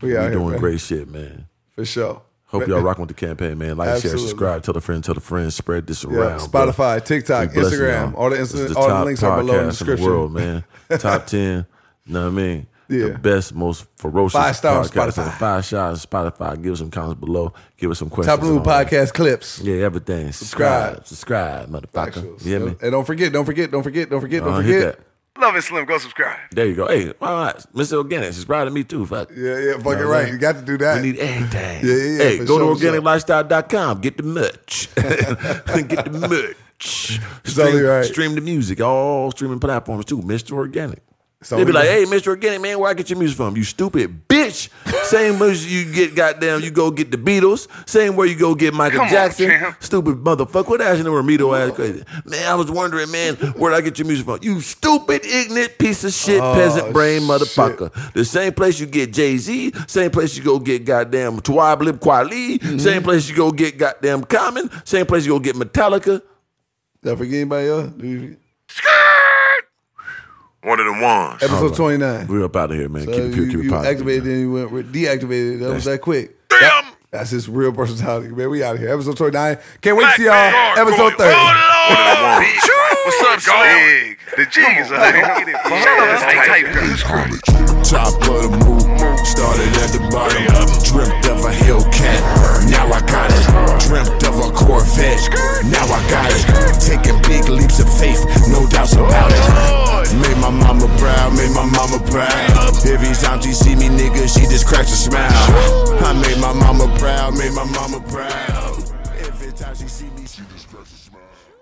S2: We
S1: we
S2: out here,
S1: doing
S2: man.
S1: great shit, man.
S2: For sure.
S1: Hope y'all rocking with the campaign, man. Like,
S2: Absolutely.
S1: share, subscribe, tell a friend, tell a friend, spread this
S2: Yeah,
S1: around. bro.
S2: Spotify, TikTok,
S1: We blessing
S2: Instagram,
S1: y'all.
S2: all the,
S1: This is
S2: Insta- all the
S1: top
S2: links are below in the
S1: podcast
S2: description.
S1: world, man. top ten. Know what I mean?
S2: Yeah.
S1: The best, most ferocious
S2: Five star on
S1: podcast.
S2: Spotify.
S1: Five stars on Spotify. Give us some comments below. Give us some questions.
S2: Top Blue
S1: and all that.
S2: Podcast clips.
S1: Yeah, everything. Subscribe. Subscribe, motherfucker.
S2: Actuals.
S1: You hear me?
S2: And don't forget, don't forget, don't forget, don't forget, don't
S1: Uh, hit
S2: forget.
S1: that.
S4: Love it, Slim. Go subscribe.
S1: There you go. Hey, why not? Mr. Organic, subscribe to me too. Fuck.
S2: Yeah, yeah, fucking
S1: You know what I'm
S2: right.
S1: saying?
S2: You got to do that.
S1: We need everything.
S2: Yeah, yeah, yeah,
S1: Hey,
S2: for
S1: go
S2: sure, for
S1: to
S2: sure.
S1: organiclifestyle.com. Get the merch. get the merch.
S2: only
S1: Stream,
S2: right.
S1: stream the music. All streaming platforms too. Mr. Organic. they
S2: only
S1: be like,
S2: right.
S1: hey, Mr. Organic, man, where I get your music from? You stupid bitch. Same as you get goddamn, you go get the Beatles. Same where you go get Michael
S4: Come on,
S1: Jackson.
S4: champ.
S1: stupid motherfucker. What ass in the Ramido ass crazy? Man, I was wondering, man, where'd I get your music from? You stupid, ignorant piece of shit, peasant brain
S2: Oh, shit.
S1: motherfucker. The same place you get Jay Z, same place you go get goddamn Twab Lib Kweli,
S2: Mm-hmm.
S1: same place you go get goddamn Common, same place you go get Metallica.
S2: Did I forget anybody else? Do you-
S4: One of the ones.
S2: Episode 29.
S1: We're up out of here, man. keep
S2: Uh,
S1: it pure,
S2: you,
S1: keep it
S2: you
S1: positive.
S2: activated,
S1: man.
S2: then you went re- deactivated. That was that quick.
S4: Damn.
S2: That's his real personality, man. We out of here. Episode 29. Can't wait to see y'all.
S4: man.
S2: Episode
S4: Roll it
S2: 30.
S4: on. What's up, Slim? The jig is up.
S3: Top of the move, started at the bottom. Dreamt of a Hellcat, now I got it. Dreamt of a Corvette, now I got it. Taking big leaps of faith, no doubts about it. Made my mama proud, made my mama proud. Every time she see me, nigga, she just cracks a smile. I made my mama proud, made my mama proud. Every time she see me, she just cracks a smile.